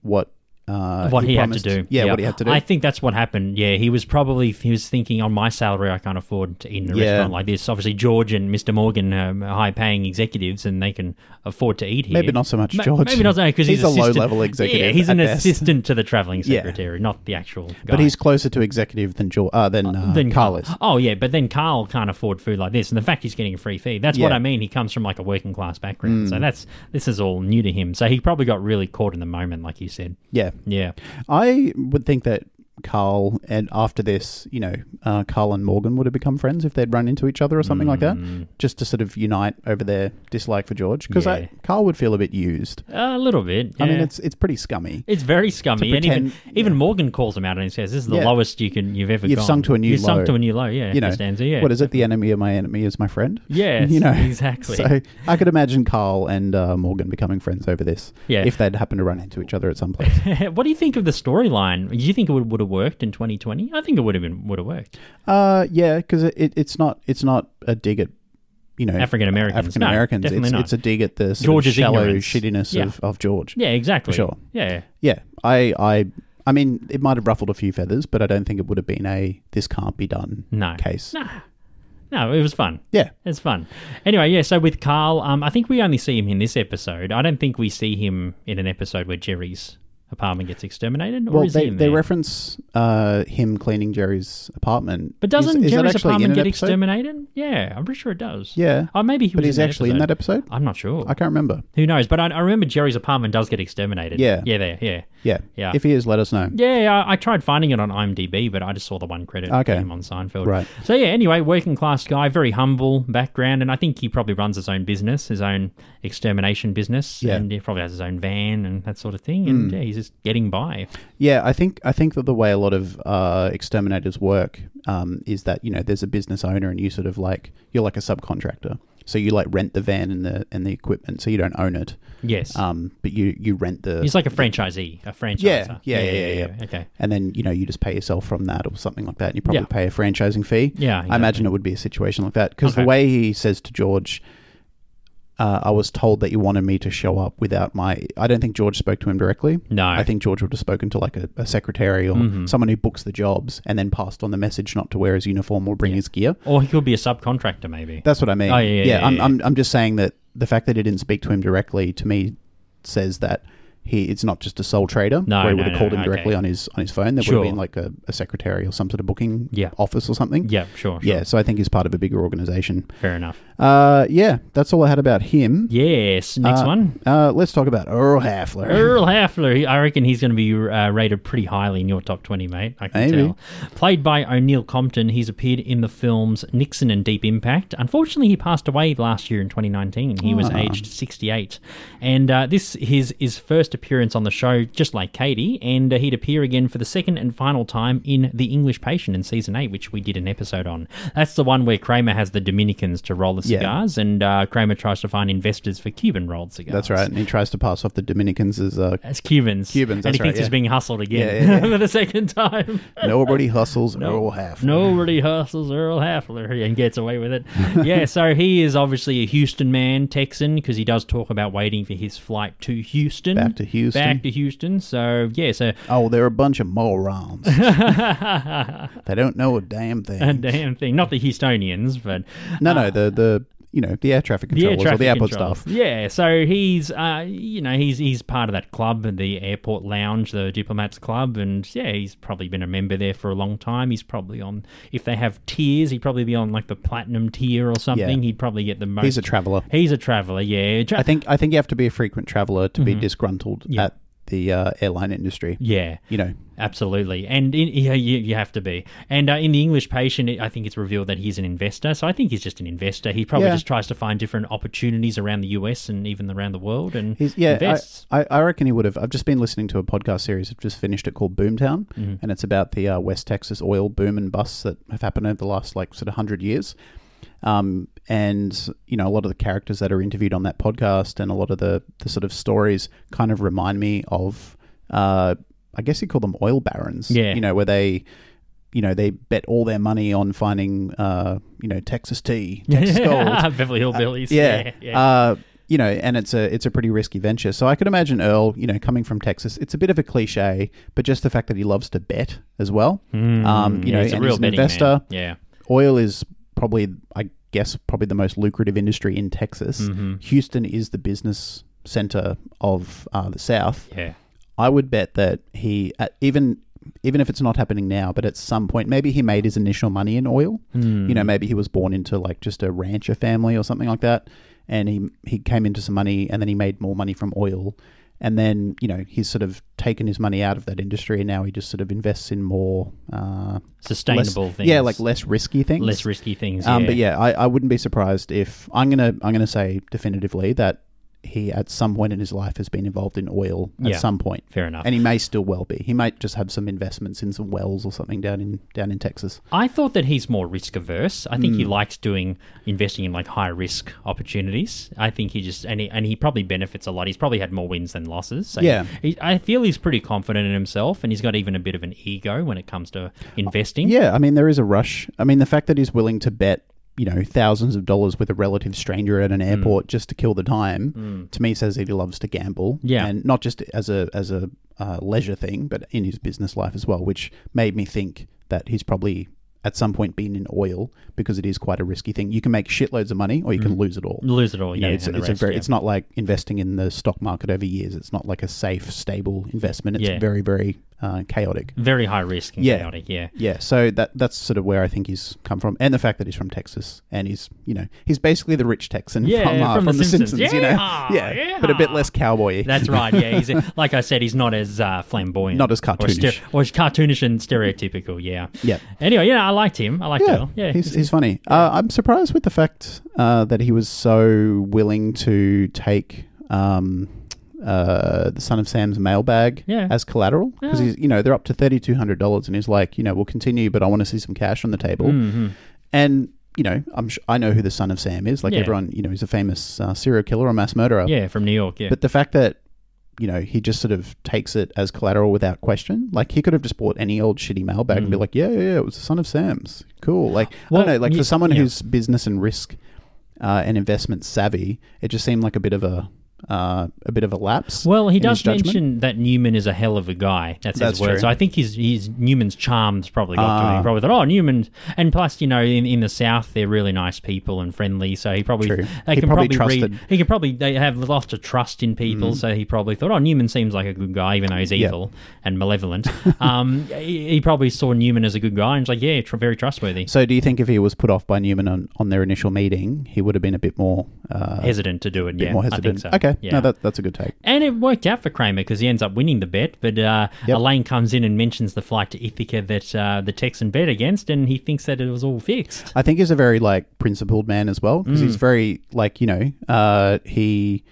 D: what uh,
E: what he, had
D: promised-
E: to do.
D: Yeah, what he had to do.
E: I think that's what happened. Yeah, he was probably he was thinking on my salary I can't afford to eat in a
D: Yeah.
E: restaurant like this. Obviously, George and Mr. Morgan um, are high paying executives and they can afford to eat here.
D: Maybe not so much George.
E: Maybe not because
D: He's
E: he's,
D: a low
E: assistant-
D: level executive
E: Yeah, he's
D: at
E: an
D: best.
E: assistant to the traveling
D: Yeah.
E: secretary, not the actual. Guy.
D: but he's closer to executive than George, uh, than, uh,
E: then
D: Carl is.
E: Oh yeah, but then Carl can't afford food like this, and the fact he's getting a free feed—that's what
D: Yeah. Mm.
E: I mean. He comes from like a working class background, so that's this is all new to him. So he probably got really caught in the moment, like you said.
D: Yeah,
E: Yeah.
D: I would think that Carl and after this, you know, uh, Carl and Morgan would have become friends if they'd run into each other or something like that, just to sort of unite over their dislike for George. Because
E: Mm. Yeah.
D: Carl would feel a bit used.
E: A little bit.
D: I mean,
E: yeah.
D: it's it's pretty scummy.
E: It's very scummy,
D: To
E: and even
D: pretend-
E: even Morgan calls him out and he says, "This is the
D: Yeah.
E: lowest you can you've ever
D: You've
E: gone.
D: sunk to a new
E: you've
D: low.
E: sunk to a new low." Yeah,
D: you know,
E: Costanza, yeah.
D: what is it? The enemy of my enemy is my friend.
E: Yes,
D: you know
E: exactly.
D: So I could imagine Carl and uh, Morgan becoming friends over this.
E: Yeah.
D: if they'd happen to run into each other at some place.
E: what do you think of the storyline? Do you think it would would have worked in 2020? I think it would have been would have worked.
D: Uh, yeah, because it, it, it's not it's not a dig at you know
E: African Americans.
D: African
E: No,
D: Americans.
E: definitely
D: it's,
E: not.
D: it's a dig at the sort
E: George's
D: of shallow
E: ignorance.
D: shittiness
E: Yeah.
D: of, of George.
E: Yeah, exactly.
D: For sure.
E: Yeah.
D: Yeah, I I I mean it might have ruffled a few feathers, but I don't think it would have been a this can't be done
E: No.
D: case.
E: No. No, it was fun.
D: Yeah,
E: It's fun. Anyway, yeah, so with Carl, um, I think we only see him in this episode. I don't think we see him in an episode where Jerry's apartment gets exterminated. Or
D: well
E: is he
D: they,
E: in
D: they
E: there?
D: reference uh, him cleaning Jerry's apartment,
E: But
D: Is-
E: doesn't
D: is that
E: Jerry's
D: actually in
E: apartment
D: an
E: get
D: episode?
E: exterminated? Yeah, I'm pretty sure it does.
D: Yeah,
E: Oh, maybe he
D: but he's
E: was in that Oh.
D: actually in that episode.
E: I'm not sure.
D: I can't remember.
E: Who knows? But I, I remember Jerry's apartment does get exterminated.
D: Yeah.
E: Yeah, there. Yeah.
D: Yeah,
E: Yeah.
D: If he is, let us know.
E: Yeah, I, I tried finding it on IMDb, but I just saw the one credit
D: Okay.
E: for him on Seinfeld.
D: Right.
E: So yeah. Anyway, working class guy, very humble background, and I think he probably runs his own business, his own extermination business,
D: Yeah. Hmm.
E: and he probably has his own van and that sort of thing. And yeah, he's just getting by.
D: Yeah, I think I think that the way a lot of uh, exterminators work um, is that you know there's a business owner and you sort of like you're like a subcontractor, so you like rent the van and the and the equipment, so you don't own it,
E: Yes.
D: um, but you you rent the
E: he's like a franchisee, a franchisor.
D: yeah, yeah, yeah, yeah, yeah.
E: Okay.
D: and then you know you just pay yourself from that or something like that. And you probably
E: Yeah.
D: pay a franchising fee.
E: Yeah,
D: I
E: exactly.
D: imagine it would be a situation like that because the
E: Okay.
D: way he says to George, uh, I was told that you wanted me to show up without my. I don't think George spoke to him directly.
E: No. Mm-hmm.
D: I think George would have spoken to like a, a secretary or someone who books the jobs and then passed on the message not to wear his uniform or bring his gear.
E: Or he could be a subcontractor, maybe.
D: That's what I mean.
E: Oh, yeah, yeah, yeah,
D: I'm,
E: yeah.
D: I'm, I'm just saying that the fact that he didn't speak to him directly to me says that he it's not just a sole trader.
E: No,
D: where he
E: no,
D: would have
E: no,
D: called him
E: okay.
D: directly on his on his phone. There would
E: Sure.
D: have been like a, a secretary or some sort of booking
E: Yeah.
D: office or something.
E: yeah, sure, sure.
D: Yeah, so I think he's part of a bigger organization.
E: Fair enough.
D: Uh, yeah, that's all I had about him.
E: Yes, next
D: Uh,
E: one.
D: Uh, let's talk about Earl Halfler.
E: Earl Hafler, he- I reckon he's going to be uh, rated pretty highly in your top 20, mate. I can
D: Maybe.
E: tell. Played by O'Neill Compton, he's appeared in the films Nixon and Deep Impact. Unfortunately, he passed away last year in 2019. He
D: Oh.
E: was aged 68. And uh, this his his first appearance on the show, just like Katie. And uh, he'd appear again for the second and final time in The English Patient in season 8, which we did an episode on. That's the one where Kramer has the Dominicans to roll the
D: Yeah.
E: cigars, and uh, Kramer tries to find investors for Cuban rolled cigars.
D: That's right. And he tries to pass off the Dominicans as uh,
E: As Cubans.
D: Cubans,
E: And
D: that's
E: he thinks
D: right,
E: he's
D: yeah.
E: being hustled again
D: Yeah, yeah, yeah.
E: for the second time.
D: nobody hustles Earl Halfler.
E: Nobody hustles Earl Hafler and gets away with it. Yeah, so he is obviously a Houston man, Texan, because he does talk about waiting for his flight to Houston.
D: Back to Houston.
E: Back to Houston. So, yeah, so
D: Oh, they're a bunch of morons. they don't know a damn thing.
E: a damn thing. Not the Houstonians, but
D: no, no, the the you know Ah. the air traffic controllers or the airport
E: controls.
D: staff.
E: Yeah, so he's, uh, you know, he's he's part of that club, the airport lounge, the diplomats club, and yeah, he's probably been a member there for a long time. He's probably on, if they have tiers, he'd probably be on like the platinum tier or something.
D: Yeah.
E: He'd probably get the most.
D: He's a traveller.
E: He's a traveler, yeah. Tra-
D: I think I think you have to be a frequent traveller to be disgruntled at the uh, airline industry.
E: yeah.
D: You know,
E: Absolutely, and in, yeah, you, you have to be. And uh, in the English Patient, it- I think it's revealed that he's an investor. So I think he's just an investor. He probably
D: Yeah.
E: just tries to find different opportunities around the US and even around the world, and
D: He's, yeah,
E: invests.
D: I, I, I reckon he would have. I've just been listening to a podcast series. I've just finished it called Boomtown,
E: Mm-hmm.
D: and it's about the uh, West Texas oil boom and busts that have happened over the last like sort of hundred years. Um, and you know, a lot of the characters that are interviewed on that podcast and a lot of the the sort of stories kind of remind me of, uh, I guess you call them oil barons.
E: Yeah.
D: you know, where they. You know, they bet all their money on finding, uh, you know, Texas tea, Texas gold,
E: Beverly Hillbillies.
D: yeah.
E: yeah, yeah.
D: Uh, you know, and it's a it's a pretty risky venture. So I could imagine Earl, you know, coming from Texas, it's a bit of a cliche, but just the fact that he loves to bet as well. um, you
E: Hmm, Yeah,
D: know,
E: he's a
D: and
E: real
D: he's an
E: betting man.
D: investor.
E: Yeah.
D: Oil is probably, I guess, probably the most lucrative industry in Texas.
E: Mm-hmm.
D: Houston is the business center of uh, the South.
E: Yeah.
D: I would bet that he uh, even even if it's not happening now, but at some point, maybe he made his initial money in oil. You
E: Hmm.
D: know, maybe he was born into like just a rancher family or something like that, and he he came into some money, and then he made more money from oil, and then you know he's sort of taken his money out of that industry, and now he just sort of invests in more uh,
E: Sustainable
D: less,
E: things.
D: Yeah, like less risky things.
E: less risky things.
D: Um, but yeah, I, I wouldn't be surprised if I'm gonna I'm gonna say definitively that he at some point in his life has been involved in oil
E: Yeah.
D: at some point.
E: Fair enough.
D: And he may still well be. He might just have some investments in some wells or something down in down in Texas.
E: I thought that he's more risk averse. I
D: Mm.
E: think he likes doing investing in like high risk opportunities. I think he just and he, and he probably benefits a lot. He's probably had more wins than losses. So
D: Yeah.
E: he, I feel he's pretty confident in himself, and he's got even a bit of an ego when it comes to investing.
D: Uh, Yeah, I mean there is a rush. I mean the fact that he's willing to bet you know thousands of dollars with a relative stranger at an
E: Hmm.
D: airport just to kill the time to me says that he loves to gamble.
E: Yeah.
D: and not just as a as a uh, leisure thing, but in his business life as well, which made me think that he's probably at some point been in oil because it is quite a risky thing. You can make shitloads of money or you can lose it all.
E: Hmm. lose it all.
D: You
E: yeah,
D: know, it's,
E: and the
D: it's a
E: rest,
D: very,
E: yeah.
D: it's not like investing in the stock market over years. It's not like a safe, stable investment. It's
E: Yeah.
D: very, very uh, chaotic.
E: very high risk. And
D: Yeah.
E: chaotic, yeah.
D: Yeah, so that that's sort of where I think he's come from, and the fact that he's from Texas, and he's you know he's basically the rich Texan
E: Yeah,
D: from, uh,
E: from
D: from,
E: The
D: the,
E: Simpsons.
D: Simpsons, you know,
E: Yeah,
D: but a bit less cowboy.
E: That's right. Yeah, he's like I said, he's not as uh, flamboyant,
D: Not as
E: or,
D: cartoonish.
E: or as cartoonish and stereotypical. Yeah.
D: Yeah.
E: Anyway, yeah, I liked him. I liked
D: yeah,
E: him. Yeah.
D: he's, he's funny. Uh, I'm surprised with the fact uh, that he was so willing to take um, uh, the son of Sam's mailbag
E: Yeah.
D: as collateral because he's you know they're up to thirty two hundred dollars, and he's like you know we'll continue, but I want to see some cash on the table,
E: Mm-hmm.
D: and. You know, I'm sh- I know who the son of Sam is. Like
E: Yeah.
D: everyone, you know, he's a famous uh, serial killer or mass murderer.
E: yeah, from New York. Yeah.
D: But the fact that, you know, he just sort of takes it as collateral without question. Like he could have just bought any old shitty mailbag and be like, yeah, yeah, yeah, it was the son of Sam's. Cool. Like,
E: Mm. Well,
D: I don't know. Like
E: ye-
D: for someone
E: yeah.
D: whose business and risk uh, and investment savvy, it just seemed like a bit of a uh, a bit of a lapse.
E: Well, he
D: in his
E: does
D: judgment.
E: mention that Newman is a hell of a guy. That's,
D: That's
E: his word.
D: true. Ah.
E: So I think his, his Newman's charms probably got to him. He probably thought, oh, Newman. And plus, you know, in, in the South, they're really nice people and friendly. So he probably
D: True.
E: they
D: He
E: can
D: probably
E: probably, read.
D: trusted. Mm.
E: He can probably they have lots of trust in people. So he probably thought, oh, Newman seems like a good guy, even though he's evil and malevolent. um, he, he probably saw Newman as a good guy and was like, yeah, tr- very trustworthy.
D: So, do you think if he was put off by Newman on, on their initial meeting, he would have been a bit more uh,
E: hesitant to do it.
D: bit
E: Yeah,
D: more
E: I think
D: hesitant?
E: so.
D: Okay,
E: yeah.
D: no, that, that's a good take.
E: And it worked out for Kramer because he ends up winning the bet. But uh,
D: Yep.
E: Elaine comes in and mentions the flight to Ithaca that uh, the Texan bet against, and he thinks that it was all fixed.
D: I think he's a very like principled man as well because
E: Mm.
D: he's very like you know uh, he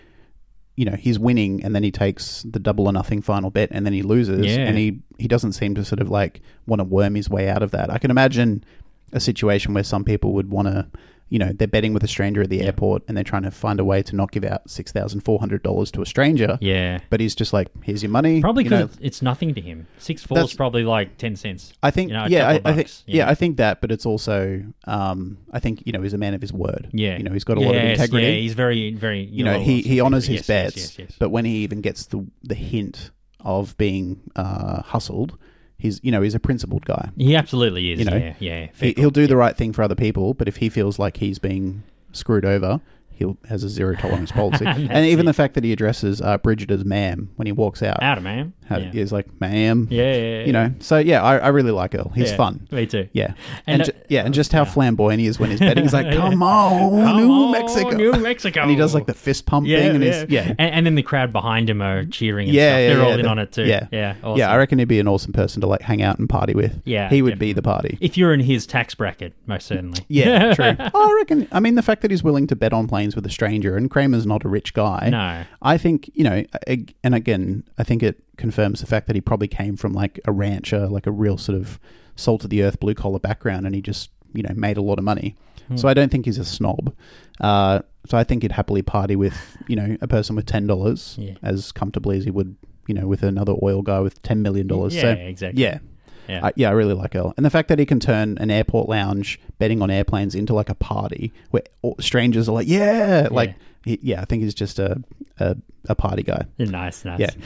D: you know he's winning and then he takes the double or nothing final bet and then he loses
E: Yeah.
D: and he he doesn't seem to sort of like want to worm his way out of that. I can imagine a situation where some people would want to you know they're betting with a stranger at the airport and they're trying to find a way to not give out six thousand four hundred dollars to a stranger.
E: Yeah.
D: But he's just like, here's your money.
E: Probably
D: you know,
E: because it's nothing to him. Six four is
D: That's-
E: probably like ten cents.
D: I think,
E: you know, a
D: yeah, I,
E: couple
D: I
E: of
D: think,
E: bucks, you
D: yeah,
E: know.
D: I think that, but it's also, um, I think you know, he's a man of his word.
E: yeah.
D: you know, he's got a lot of
E: Yes,
D: integrity.
E: Yeah, he's very, very.
D: you know, he, he honors his
E: yes, yes,
D: bets,
E: Yes, yes,
D: but when he even gets the the hint of being uh, hustled, he's you know he's a principled guy.
E: he absolutely is.
D: you know,
E: yeah, yeah. fair
D: He,
E: call.
D: he'll do the right thing for other people, but if he feels like he's being screwed over, he'll has a zero tolerance policy. and even the fact that he addresses uh, Bridget as ma'am when he walks out,
E: Outta man.
D: how-
E: Ah, yeah.
D: he's like ma'am.
E: Yeah, yeah, yeah.
D: you know. So yeah, I, I really like Earl. He's
E: Yeah,
D: fun.
E: Me too.
D: Yeah, and,
E: And, uh,
D: ju- yeah, and just how flamboyant he is when he's betting. He's like,
E: Yeah.
D: "Come on,
E: Come
D: New
E: on,
D: Mexico,
E: New Mexico.
D: and he does like the fist pump thing, and he's yeah,
E: And, and then the crowd behind him are cheering. And
D: yeah,
E: stuff.
D: yeah,
E: they're
D: yeah,
E: all in
D: the-
E: on it too.
D: Yeah,
E: yeah, awesome.
D: yeah. I reckon he'd be an awesome person to like hang out and party with.
E: Yeah,
D: he would
E: definitely.
D: be the party.
E: If you're in his tax bracket, most certainly.
D: Yeah, true. I reckon. I mean, the fact that he's willing to bet on planes with a stranger, and Kramer's not a rich guy.
E: No.
D: I think you know, ag- and again, I think it confirms the fact that he probably came from like a rancher, like a real sort of salt of the earth blue collar background, and he just you know made a lot of money.
E: Hmm.
D: So I don't think he's a snob. Uh, so I think he'd happily party with you know a person with ten dollars
E: Yeah.
D: as comfortably as he would you know with another oil guy with ten million dollars.
E: Yeah,
D: so,
E: exactly.
D: Yeah,
E: Yeah.
D: I, yeah, I really like Earl. And the fact that he can turn an airport lounge betting on airplanes into like a party where all, strangers are like, yeah, like, he, yeah, I think he's just a, a, a party guy.
E: Nice, nice.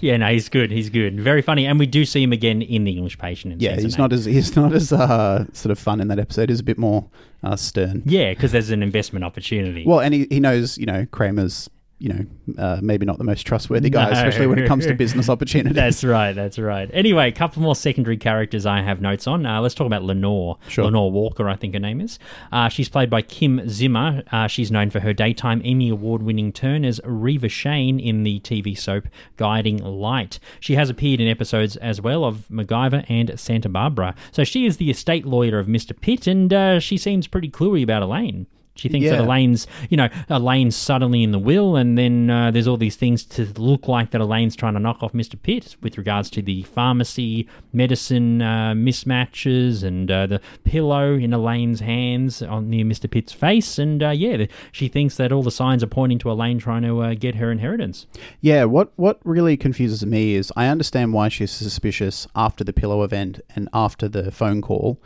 E: Yeah. no, he's good. He's good. Very funny. And we do see him again in The English Patient. In
D: Yeah,
E: season
D: he's
E: eight.
D: not as he's not as uh, sort of fun in that episode. He's a bit more uh, stern.
E: Yeah, because there's an investment opportunity.
D: Well, and he, he knows you know Kramer's you know uh, maybe not the most trustworthy guy,
E: No.
D: especially when it comes to business opportunities.
E: That's right. That's right. Anyway, a couple more secondary characters I have notes on. Uh, let's talk about Lenore.
D: Sure.
E: Lenore Walker, I think her name is. Uh, she's played by Kim Zimmer. Uh, she's known for her daytime Emmy Award winning turn as Reva Shane in the TV soap Guiding Light. She has appeared in episodes as well of MacGyver and Santa Barbara. So she is the estate lawyer of Mr. Pitt, and uh, she seems pretty cluey about Elaine. She thinks that
D: Yeah.
E: Elaine's, you know, Elaine's suddenly in the will, and then uh, there's all these things to look like that Elaine's trying to knock off Mr. Pitt with regards to the pharmacy medicine uh, mismatches and uh, the pillow in Elaine's hands on near Mr. Pitt's face, and uh, yeah, th- she thinks that all the signs are pointing to Elaine trying to uh, get her inheritance.
D: Yeah, what what really confuses me is I understand why she's suspicious after the pillow event and after the phone call,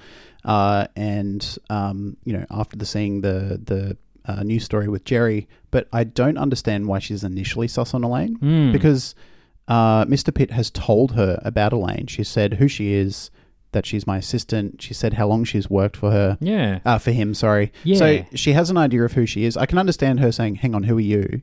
D: uh, and um, you know after the seeing the the uh, news story with Jerry, but I don't understand why she's initially sus on Elaine because uh, Mr. Pitt has told her about Elaine. She said who she is, that she's my assistant. She said how long she's worked for her.
E: Yeah,
D: Uh, for him, sorry.
E: Yeah.
D: So she has an idea of who she is. I can understand her saying, "Hang on, who are you?"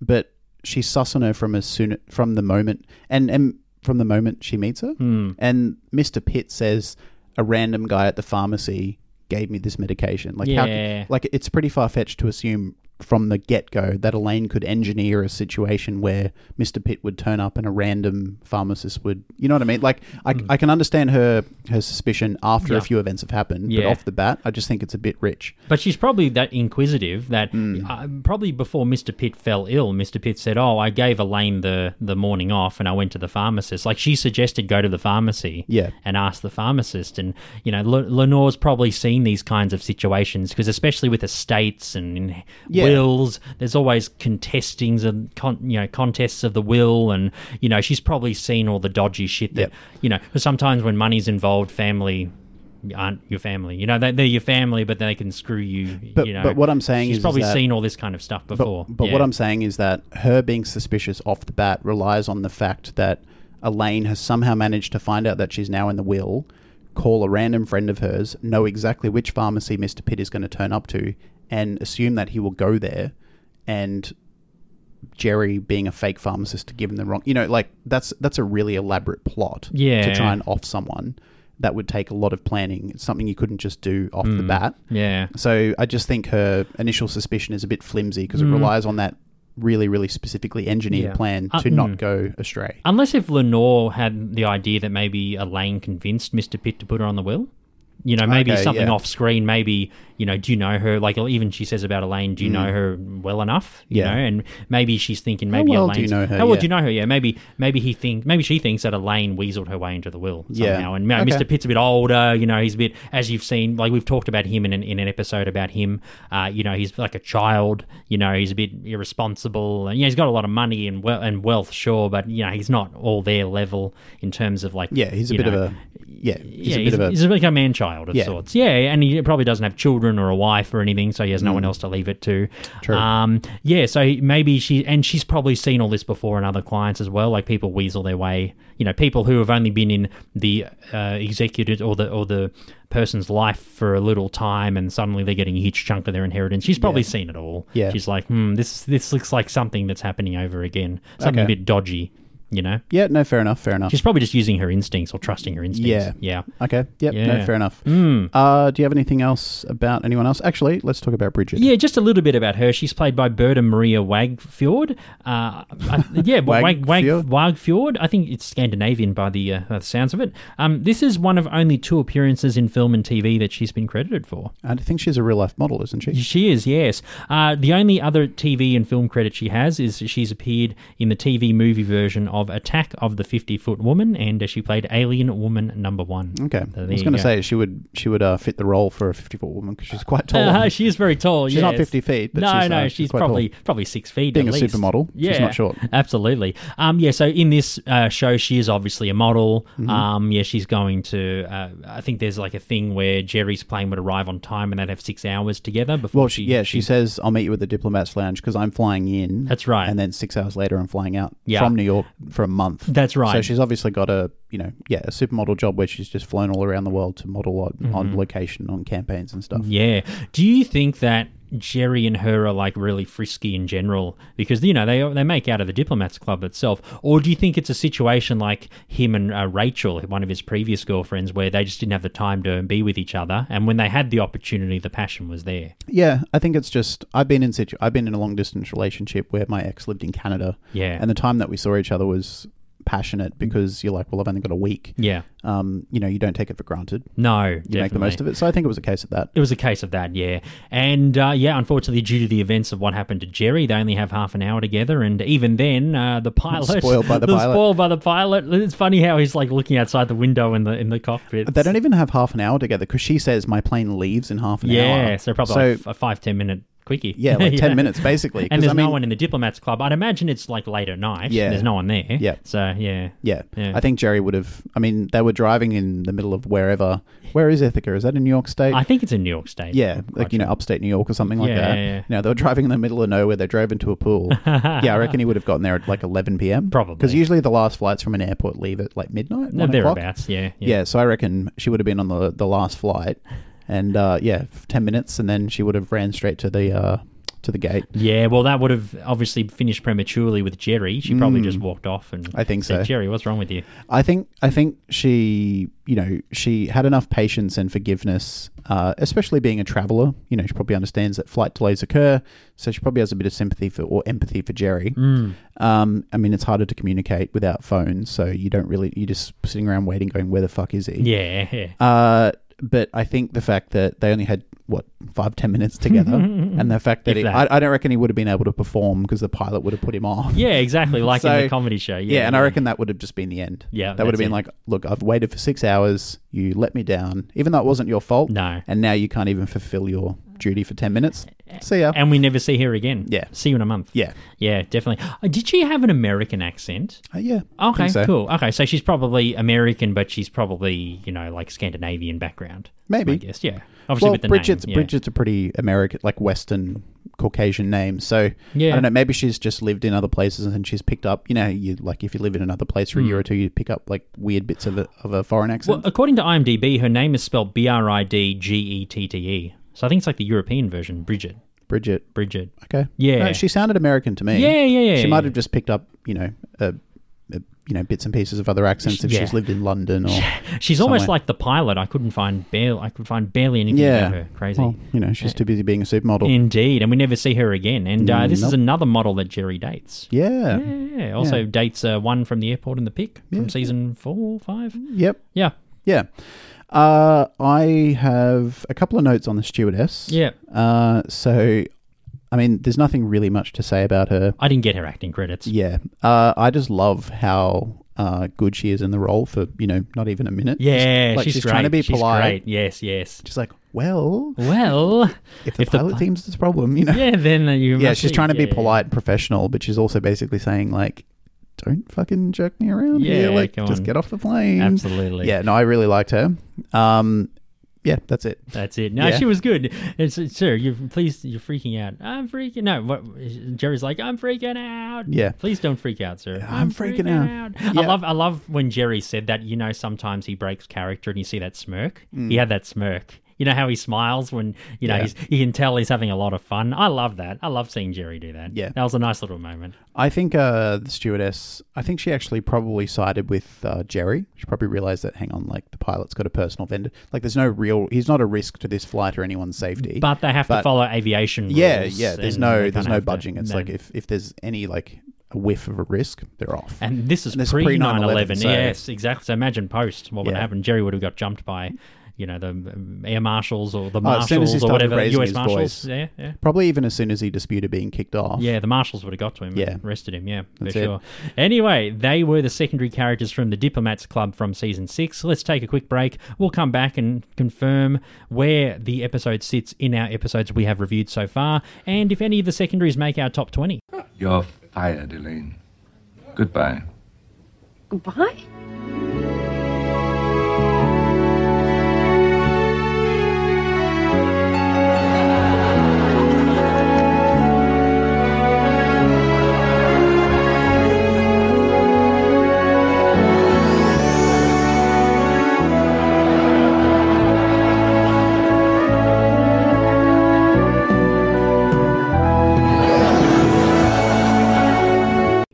D: But she's sus on her from as soon from the moment and and from the moment she meets her.
E: Hmm.
D: And Mister Pitt says, "A random guy at the pharmacy gave me this medication." Like how?
E: Yeah.
D: c- Like it's pretty far fetched to assume from the get go that Elaine could engineer a situation where Mister Pitt would turn up and a random pharmacist would. You know what I mean? Like I, I can understand her her suspicion after
E: Hmm. Yeah.
D: a few events have happened,
E: Yeah.
D: but off the bat, I just think it's a bit rich.
E: But she's probably that inquisitive that
D: Hmm.
E: uh, probably before Mr. Pitt fell ill, Mr. Pitt said, "Oh, I gave Elaine the the morning off, and I went to the pharmacist." Like she suggested, go to the pharmacy,
D: Yeah.
E: and ask the pharmacist. And you know, Le- Lenore's probably seen these kinds of situations because, especially with estates and in
D: Yeah.
E: wills, there's always contestings and con- you know contests of the will, and you know, she's probably seen all the dodgy shit that
D: Yep.
E: you know. 'cause sometimes when money's involved, family aren't your family. You know, they, they're your family, but they can screw you.
D: But-
E: you know,
D: but what I'm saying
E: she's
D: is- is
E: probably
D: that-
E: seen all this kind of stuff before.
D: But, but what I'm saying is that her being suspicious off the bat relies on the fact that Elaine has somehow managed to find out that she's now in the will, call a random friend of hers, know exactly which pharmacy Mr. Pitt is going to turn up to, and assume that he will go there, and Jerry being a fake pharmacist to give him the wrong, you know, like that's that's a really elaborate plot
E: Yeah.
D: to try and off someone. That would take a lot of planning. It's something you couldn't just do off
E: Mm.
D: the bat.
E: yeah.
D: So I just think her initial suspicion is a bit flimsy because it relies on that really, really specifically engineered
E: Mm. Yeah.
D: plan
E: Uh,
D: to not go astray.
E: Unless if Lenore had the idea that maybe Elaine convinced Mr. Pitt to put her on the will. You know, maybe
D: Okay,
E: something
D: yeah.
E: off screen. Maybe you know, do you know her? Like even she says about Elaine, do you know her well enough? You
D: Mm. Yeah.
E: know, and maybe she's thinking maybe
D: well do
E: Elaine's.
D: you know her?
E: How well
D: Yeah.
E: do you know her? Yeah, maybe maybe he thinks maybe she thinks that Elaine weaseled her way into the will
D: Yeah.
E: somehow. And you know,
D: Okay.
E: Mr. Pitt's a bit older. You know, he's a bit as you've seen. Like we've talked about him in an, in an episode about him. Uh, you know, he's like a child. You know, he's a bit irresponsible, and yeah, he's got a lot of money and we- and wealth, sure, but you know, he's not all their level in terms of like
D: Yeah, he's a
E: you
D: bit
E: know,
D: of a yeah, he's
E: yeah,
D: a bit
E: he's,
D: of a
E: he's like a man child of
D: Yeah.
E: sorts. Yeah, and he probably doesn't have children or a wife or anything, so he has no one else to leave it to.
D: Mm. True.
E: Um, yeah, so maybe she and she's probably seen all this before in other clients as well. Like people weasel their way, you know, people who have only been in the uh, executive or the or the person's life for a little time, and suddenly they're getting a huge chunk of their inheritance. She's probably seen it all.
D: Yeah.
E: she's like, hmm, this this looks like something that's happening over again. Something a
D: Okay.
E: bit dodgy, you know.
D: yeah. No, fair enough. Fair enough.
E: She's probably just using her instincts or trusting her instincts.
D: Yeah.
E: yeah.
D: Okay. Yep.
E: Yeah. Mm.
D: No, fair enough. Uh, do you have anything else about anyone else? Actually, let's talk about Bridget.
E: Yeah, just a little bit about her. She's played by Berta Maria Wagfjord. Uh, I, yeah, Wag, Wag,
D: Wagfjord?
E: Wagfjord. I think it's Scandinavian by the, uh, by the sounds of it. Um, this is one of only two appearances in film and TV that she's been credited for.
D: I think she's a real life model, isn't she?
E: She is, yes. Uh, the only other TV and film credit she has is she's appeared in the TV movie version of Attack of the 50 Foot Woman, and uh, she played Alien Woman Number One.
D: Okay.
E: So
D: I
E: there
D: was
E: you
D: going to
E: go.
D: say she would she would uh, fit the role for a fifty foot woman because she's quite tall.
E: Uh, she is very tall.
D: She's not
E: yes.
D: 50 feet, but
E: no,
D: she's, uh,
E: no,
D: she's
E: she's,
D: quite tall.
E: probably probably six feet.
D: Being
E: at
D: a
E: least.
D: supermodel, she's
E: yeah,
D: not short.
E: Absolutely. Um, yeah. So in this uh, show, she is obviously a model.
D: Mm-hmm.
E: Um, yeah, she's going to. Uh, I think there's like a thing where Jerry's plane would arrive on time, and they'd have six hours together before.
D: Well, she, yeah, she, says, "I'll meet you at the diplomats' lounge because I'm flying in."
E: That's right.
D: And then six hours later, I'm flying out
E: Yeah.
D: from New York for a month.
E: That's right.
D: So she's obviously got a you know yeah a supermodel job where she's just flown all around the world to model on, on location on campaigns and stuff.
E: Mm-hmm. Yeah. Do you think that Jerry and her are like really frisky in general because you know they they make out of the diplomats club itself, or do you think it's a situation like him and uh, Rachel, one of his previous girlfriends, where they just didn't have the time to be with each other, and when they had the opportunity, the passion was there.
D: Yeah, I think it's just I've been in situ I've been in a long distance relationship where my ex lived in Canada.
E: Yeah. Mm.
D: And the time that we saw each other was passionate because you're like, well, I've only got a week.
E: Yeah.
D: Um, you know, you don't take it for granted.
E: No.
D: You make the most of it. So I think it was a case of that.
E: It was a case of that, yeah. And uh, yeah, unfortunately, due to the events of what happened to Jerry, they only have half an hour together. And even then, uh, the pilot
D: Spoiled by the pilot.
E: Spoiled by the pilot. It's funny how he's like looking outside the window in the in the cockpit.
D: They don't even have half an hour together because she says my plane leaves in half an hour.
E: yeah, so probably
D: So-
E: like f- a five ten minute quickie.
D: Yeah, like 10 minutes, basically, 'cause,
E: And there's
D: I mean-
E: no one in the diplomats club. I'd imagine it's like late at night.
D: Yeah.
E: there's no one there.
D: Yeah.
E: so yeah,
D: Yeah.
E: Yeah.
D: I think Jerry would have. I mean, they were driving in the middle of wherever. Where is Ithaca? Is that in New York State?
E: I think it's in New York State.
D: yeah,
E: I'm
D: like
E: quite
D: you know,
E: sure.
D: upstate New York or something like
E: Yeah,
D: that.
E: yeah, yeah.
D: You know, they were driving in the middle of nowhere. They drove into a pool. yeah, I reckon he would have gotten there at like 11 p.m.
E: Probably.
D: because usually the last flights from an airport leave at like midnight.
E: No,
D: one o'clock.
E: thereabouts. Yeah,
D: Yeah. so I reckon she would have been on the the last flight, and uh, yeah, f- 10 minutes, and then she would have ran straight to the uh, to the gate.
E: Yeah, well, that would have obviously finished prematurely with Jerry. She probably just walked off and
D: Mm. I think
E: said,
D: so.
E: Jerry, what's wrong with you?
D: I think I think she you know she had enough patience and forgiveness, uh, especially being a traveller. You know she probably understands that flight delays occur, so she probably has a bit of sympathy for or empathy for Jerry.
E: Mm.
D: Um, I mean it's harder to communicate without phones, so you don't really you're just sitting around waiting, going where the fuck is he?
E: Yeah, yeah.
D: Uh, but I think the fact that they only had what five ten minutes together, and the fact that,
E: If
D: it,
E: that.
D: I, I don't reckon he would have been able to perform because the pilot would have put him off.
E: Yeah, exactly. Like in the
D: So-
E: comedy show. Yeah,
D: Yeah, and I reckon that would have just been the end.
E: Yeah,
D: that would have
E: that's
D: been
E: it.
D: like, look, I've waited for six hours. You let me down, even though it wasn't your fault.
E: No.
D: and now you can't even fulfill your duty for 10 minutes. See ya.
E: And we never see her again.
D: Yeah.
E: See you in a month.
D: Yeah.
E: Yeah, definitely. Uh, Did she have an American accent?
D: Uh, yeah.
E: Okay,
D: think so.
E: cool. Okay, so she's probably American, but she's probably, you know, like Scandinavian background.
D: Maybe.
E: I guess, yeah. Obviously,
D: well,
E: with the
D: Bridget's
E: name. yeah.
D: Bridget's a pretty American, like Western Caucasian name. So
E: Yeah.
D: I don't know. Maybe she's just lived in other places and she's picked up. You know, you like if you live in another place for a year or two, you pick up like weird bits of a, of a foreign
E: Hmm. Well,
D: accent.
E: according to IMDb, her name is spelled B R I D G E T T E. So I think it's like the European version, Bridget.
D: Bridget.
E: Bridget.
D: Okay.
E: Yeah.
D: No, she sounded American to me.
E: Yeah, yeah, yeah,
D: She
E: yeah,
D: might
E: yeah.
D: have just picked up. You know. A, a, you know, bits and pieces of other accents if
E: Yeah.
D: she's lived in London or
E: She's almost
D: Somewhere.
E: like the pilot. I couldn't find barely. I could find barely anything
D: yeah,
E: about her. Crazy.
D: Well, you know, she's too busy being a supermodel.
E: Indeed, and we never see her again. And uh, this is
D: nope.
E: another model that Jerry dates.
D: yeah.
E: Yeah, also
D: Yeah.
E: dates uh, one from the airport in the pick from season four, five.
D: Yep.
E: Yeah,
D: Yeah. Uh, I have a couple of notes on the stewardess.
E: yeah.
D: Uh, so, I mean, there's nothing really much to say about her.
E: I didn't get her acting credits.
D: Yeah. Uh, I just love how uh, good she is in the role for, you know, not even a minute.
E: Yeah,
D: Just, like,
E: she's,
D: she's trying to
E: great.
D: be
E: She's
D: polite.
E: great. Yes, yes.
D: She's like, well,
E: Well,
D: if the
E: If the
D: pilot
E: pi-
D: team's this problem, you know.
E: yeah. Then uh, you.
D: Yeah,
E: must
D: she's
E: be-
D: trying to be
E: yeah.
D: polite and professional, but she's also basically saying, like, don't fucking jerk me around here.
E: Yeah,
D: Like,
E: come
D: just
E: on.
D: get off the plane.
E: Absolutely.
D: Yeah, no, I really liked her. Um, yeah, that's it.
E: That's it. No,
D: Yeah.
E: she was good. It's, it's sir, you please you're freaking out. I'm freaking no. What Jerry's like, I'm freaking out.
D: Yeah.
E: Please don't freak out, sir.
D: I'm freaking out.
E: I
D: Yeah.
E: love I love when Jerry said that, you know, sometimes he breaks character and you see that smirk. He had that smirk. You know how he smiles when you know
D: Mm. Yeah.
E: he's you can tell he's having a lot of fun. I love that. I love seeing Jerry do that.
D: Yeah.
E: That was a nice little moment.
D: I think uh, the stewardess. I think she actually probably sided with uh, Jerry. She probably realized that. Hang on, like the pilot's got a personal vendor. Like there's no real. He's not a risk to this flight or anyone's safety.
E: But they have to
D: But-
E: follow aviation rules.
D: yeah, yeah. There's
E: and they
D: no.
E: kinda
D: There's no
E: have to-
D: budging. it's
E: no.
D: like if if there's any like a whiff of a risk, they're off.
E: And this is
D: And this is
E: pre 9 11.
D: pre-9/11, so-
E: Yes, exactly. So imagine post what would
D: Yeah.
E: happen. Jerry would have got jumped by, you know, the um, air marshals or the
D: Oh, as soon as
E: marshals
D: he
E: or
D: started
E: whatever,
D: raising
E: US
D: his
E: marshals.
D: voice.
E: Yeah, yeah.
D: probably even as soon as he disputed being kicked off.
E: Yeah, the marshals would have got to him.
D: Yeah.
E: and arrested him. Yeah, for
D: That's it.
E: sure. Anyway, they were the secondary characters from the Diplomats Club from season six. Let's take a quick break. We'll come back and confirm where the episode sits in our episodes we have reviewed so far, and if any of the secondaries make our top twenty.
G: You're fired, Elaine. Goodbye.
H: Goodbye?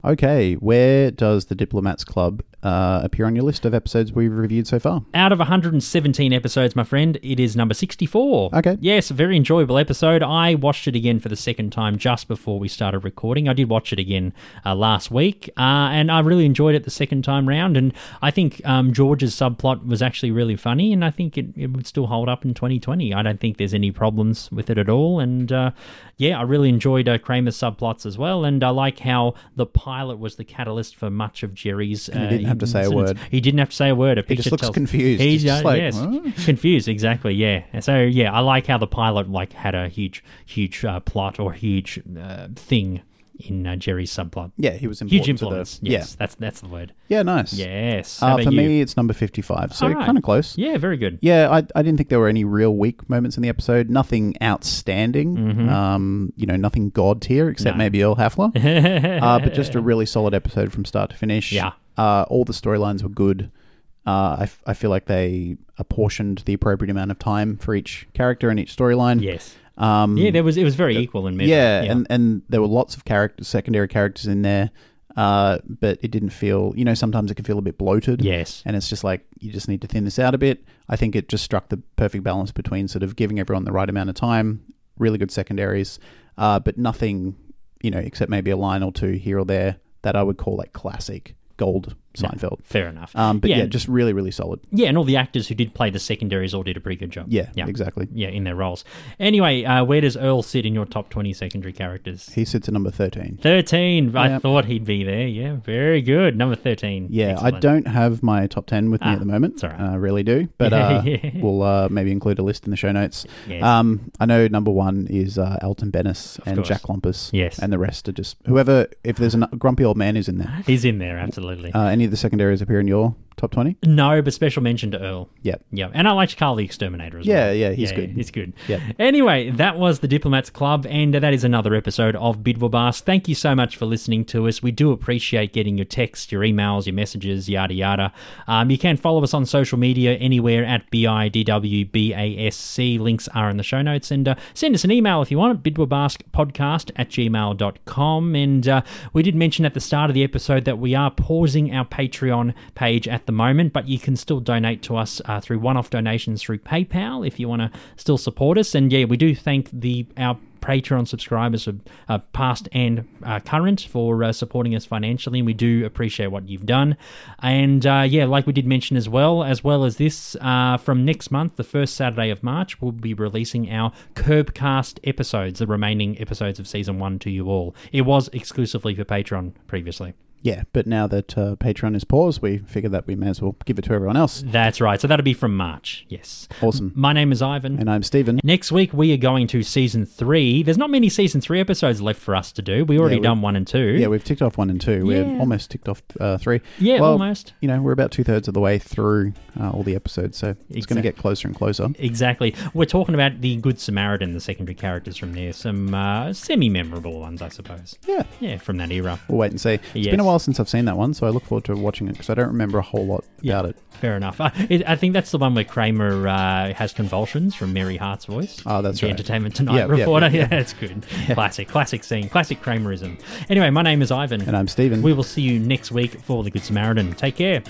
D: Okay, where does the Diplomats Club uh, appear on your list of episodes we've reviewed so far?
E: out of 117 episodes, my friend, it is number 64.
D: Okay.
E: Yes, a very enjoyable episode. I watched it again for the second time just before we started recording. I did watch it again uh, last week, uh, and I really enjoyed it the second time round. And I think um, George's subplot was actually really funny, and I think it, it would still hold up in 2020. I don't think there's any problems with it at all. And uh, yeah, I really enjoyed uh, Kramer's subplots as well, and I like how the pilot was the catalyst for much of Jerry's. Uh,
D: didn't have to say a
E: incidents.
D: word.
E: He didn't have to say a word. A
D: He just
E: picture
D: looks
E: tells-
D: confused.
E: He's
D: He's just
E: uh,
D: like,
E: yes,
D: "Huh?"
E: confused. Exactly. Yeah. And so yeah, I like how the pilot like had a huge, huge uh, plot or huge uh, thing in uh, Jerry's subplot.
D: Yeah, he was important
E: Huge influence.
D: to the
E: yes, that's that's the word.
D: yeah, yeah, nice.
E: Yes. How
D: Uh,
E: about
D: for
E: you?
D: me, it's number fifty-five, so
E: All right.
D: kind of close.
E: yeah, very good.
D: Yeah, I, I didn't think there were any real weak moments in the episode. Nothing outstanding. Um, you know, nothing god tier except maybe Earl Hafler. uh, but just a really solid episode from start to finish.
E: Yeah.
D: Uh, all the storylines were good. Uh, I, f- I feel like they apportioned the appropriate amount of time for each character and each storyline.
E: Yes.
D: Um,
E: Yeah, there was it was very equal in measure.
D: yeah, and and there were lots of characters, secondary characters in there, uh, but it didn't feel. You know, sometimes it can feel a bit bloated.
E: Yes.
D: and it's just like you just need to thin this out a bit. I think it just struck the perfect balance between sort of giving everyone the right amount of time, really good secondaries, uh, but nothing, you know, except maybe a line or two here or there that I would call like classic gold Seinfeld.
E: Fair enough.
D: Um, but yeah,
E: and-
D: just really, really solid.
E: yeah, and all the actors who did play the secondaries all did a pretty good job.
D: Yeah, exactly.
E: Yeah, in their roles. Anyway, uh, where does Earl sit in your top twenty secondary characters?
D: He sits at number 13.
E: Thirteen. I
D: Yeah.
E: thought he'd be there. Yeah, very good. Number thirteen.
D: Yeah, I
E: Excellent.
D: don't have my top 10 with me
E: Ah,
D: at the moment.
E: it's all right.
D: I really do. But uh,
E: Yeah.
D: we'll uh, maybe include a list in the show notes.
E: Yes.
D: Um, I know number one is uh, Elton Bennis and
E: course.
D: Jack Lompus.
E: Yes.
D: And the rest are just whoever, if there's a grumpy old man who's in there.
E: He's in there absolutely.
D: Uh, any of the secondaries appear in your top 20?
E: no, but special mention to Earl.
D: Yep.
E: Yeah, and I liked Carl the Exterminator as
D: Yeah,
E: well.
D: yeah, he's good.
E: He's good.
D: Yeah.
E: Anyway, that was the Diplomats Club, and that is another episode of Bidwabast. Thank you so much for listening to us. We do appreciate getting your texts, your emails, your messages, yada yada. Um, you can follow us on social media anywhere at bidwbasc. Links are in the show notes, and uh, send us an email if you want. Bidwabaskpodcast at gmail.com. And uh, we did mention at the start of the episode that we are pausing our Patreon page at the moment, but you can still donate to us uh, through one-off donations through PayPal if you want to still support us. And yeah, we do thank the our Patreon subscribers, of, uh, past and uh, current, for uh, supporting us financially, and we do appreciate what you've done. And uh, yeah, like we did mention as well, as well as this, uh, from next month, the first Saturday of March, we'll be releasing our Curbcast episodes, the remaining episodes of season one, to you all. It was exclusively for Patreon previously.
D: Yeah, but now that uh, Patreon is paused, we figured that we may as well give it to everyone else.
E: That's right. So that'll be from March. Yes.
D: Awesome.
E: My name is Ivan.
D: And I'm Stephen.
E: Next week we are going to season three. There's not many season three episodes left for us to do. We already
D: we-
E: done one and two.
D: Yeah, we've ticked off one and two. We're
F: Yeah.
D: almost ticked off uh, three.
E: Yeah,
D: Well,
E: almost.
D: You know, we're about two thirds of the way through uh, all the episodes, so it's going to get closer and closer.
E: Exactly. We're talking about the Good Samaritan, the secondary characters from there. Some uh, semi-memorable ones, I suppose.
D: Yeah.
E: Yeah, from that era.
D: We'll wait and see. It's
E: Yes.
D: been a while since I've seen that one, so I look forward to watching it because I don't remember a whole lot about it.
E: Fair enough. Uh, it, I think that's the one where Kramer uh, has convulsions from Mary Hart's voice.
D: Oh, that's
E: the
D: right.
E: Entertainment Tonight
D: Yeah, yeah,
E: reporter. Yeah,
D: yeah, yeah.
E: that's good. Classic, classic scene, classic Kramerism. Anyway, my name is Ivan.
D: And I'm Stephen.
E: We will see you next week for The Good Samaritan. Take care.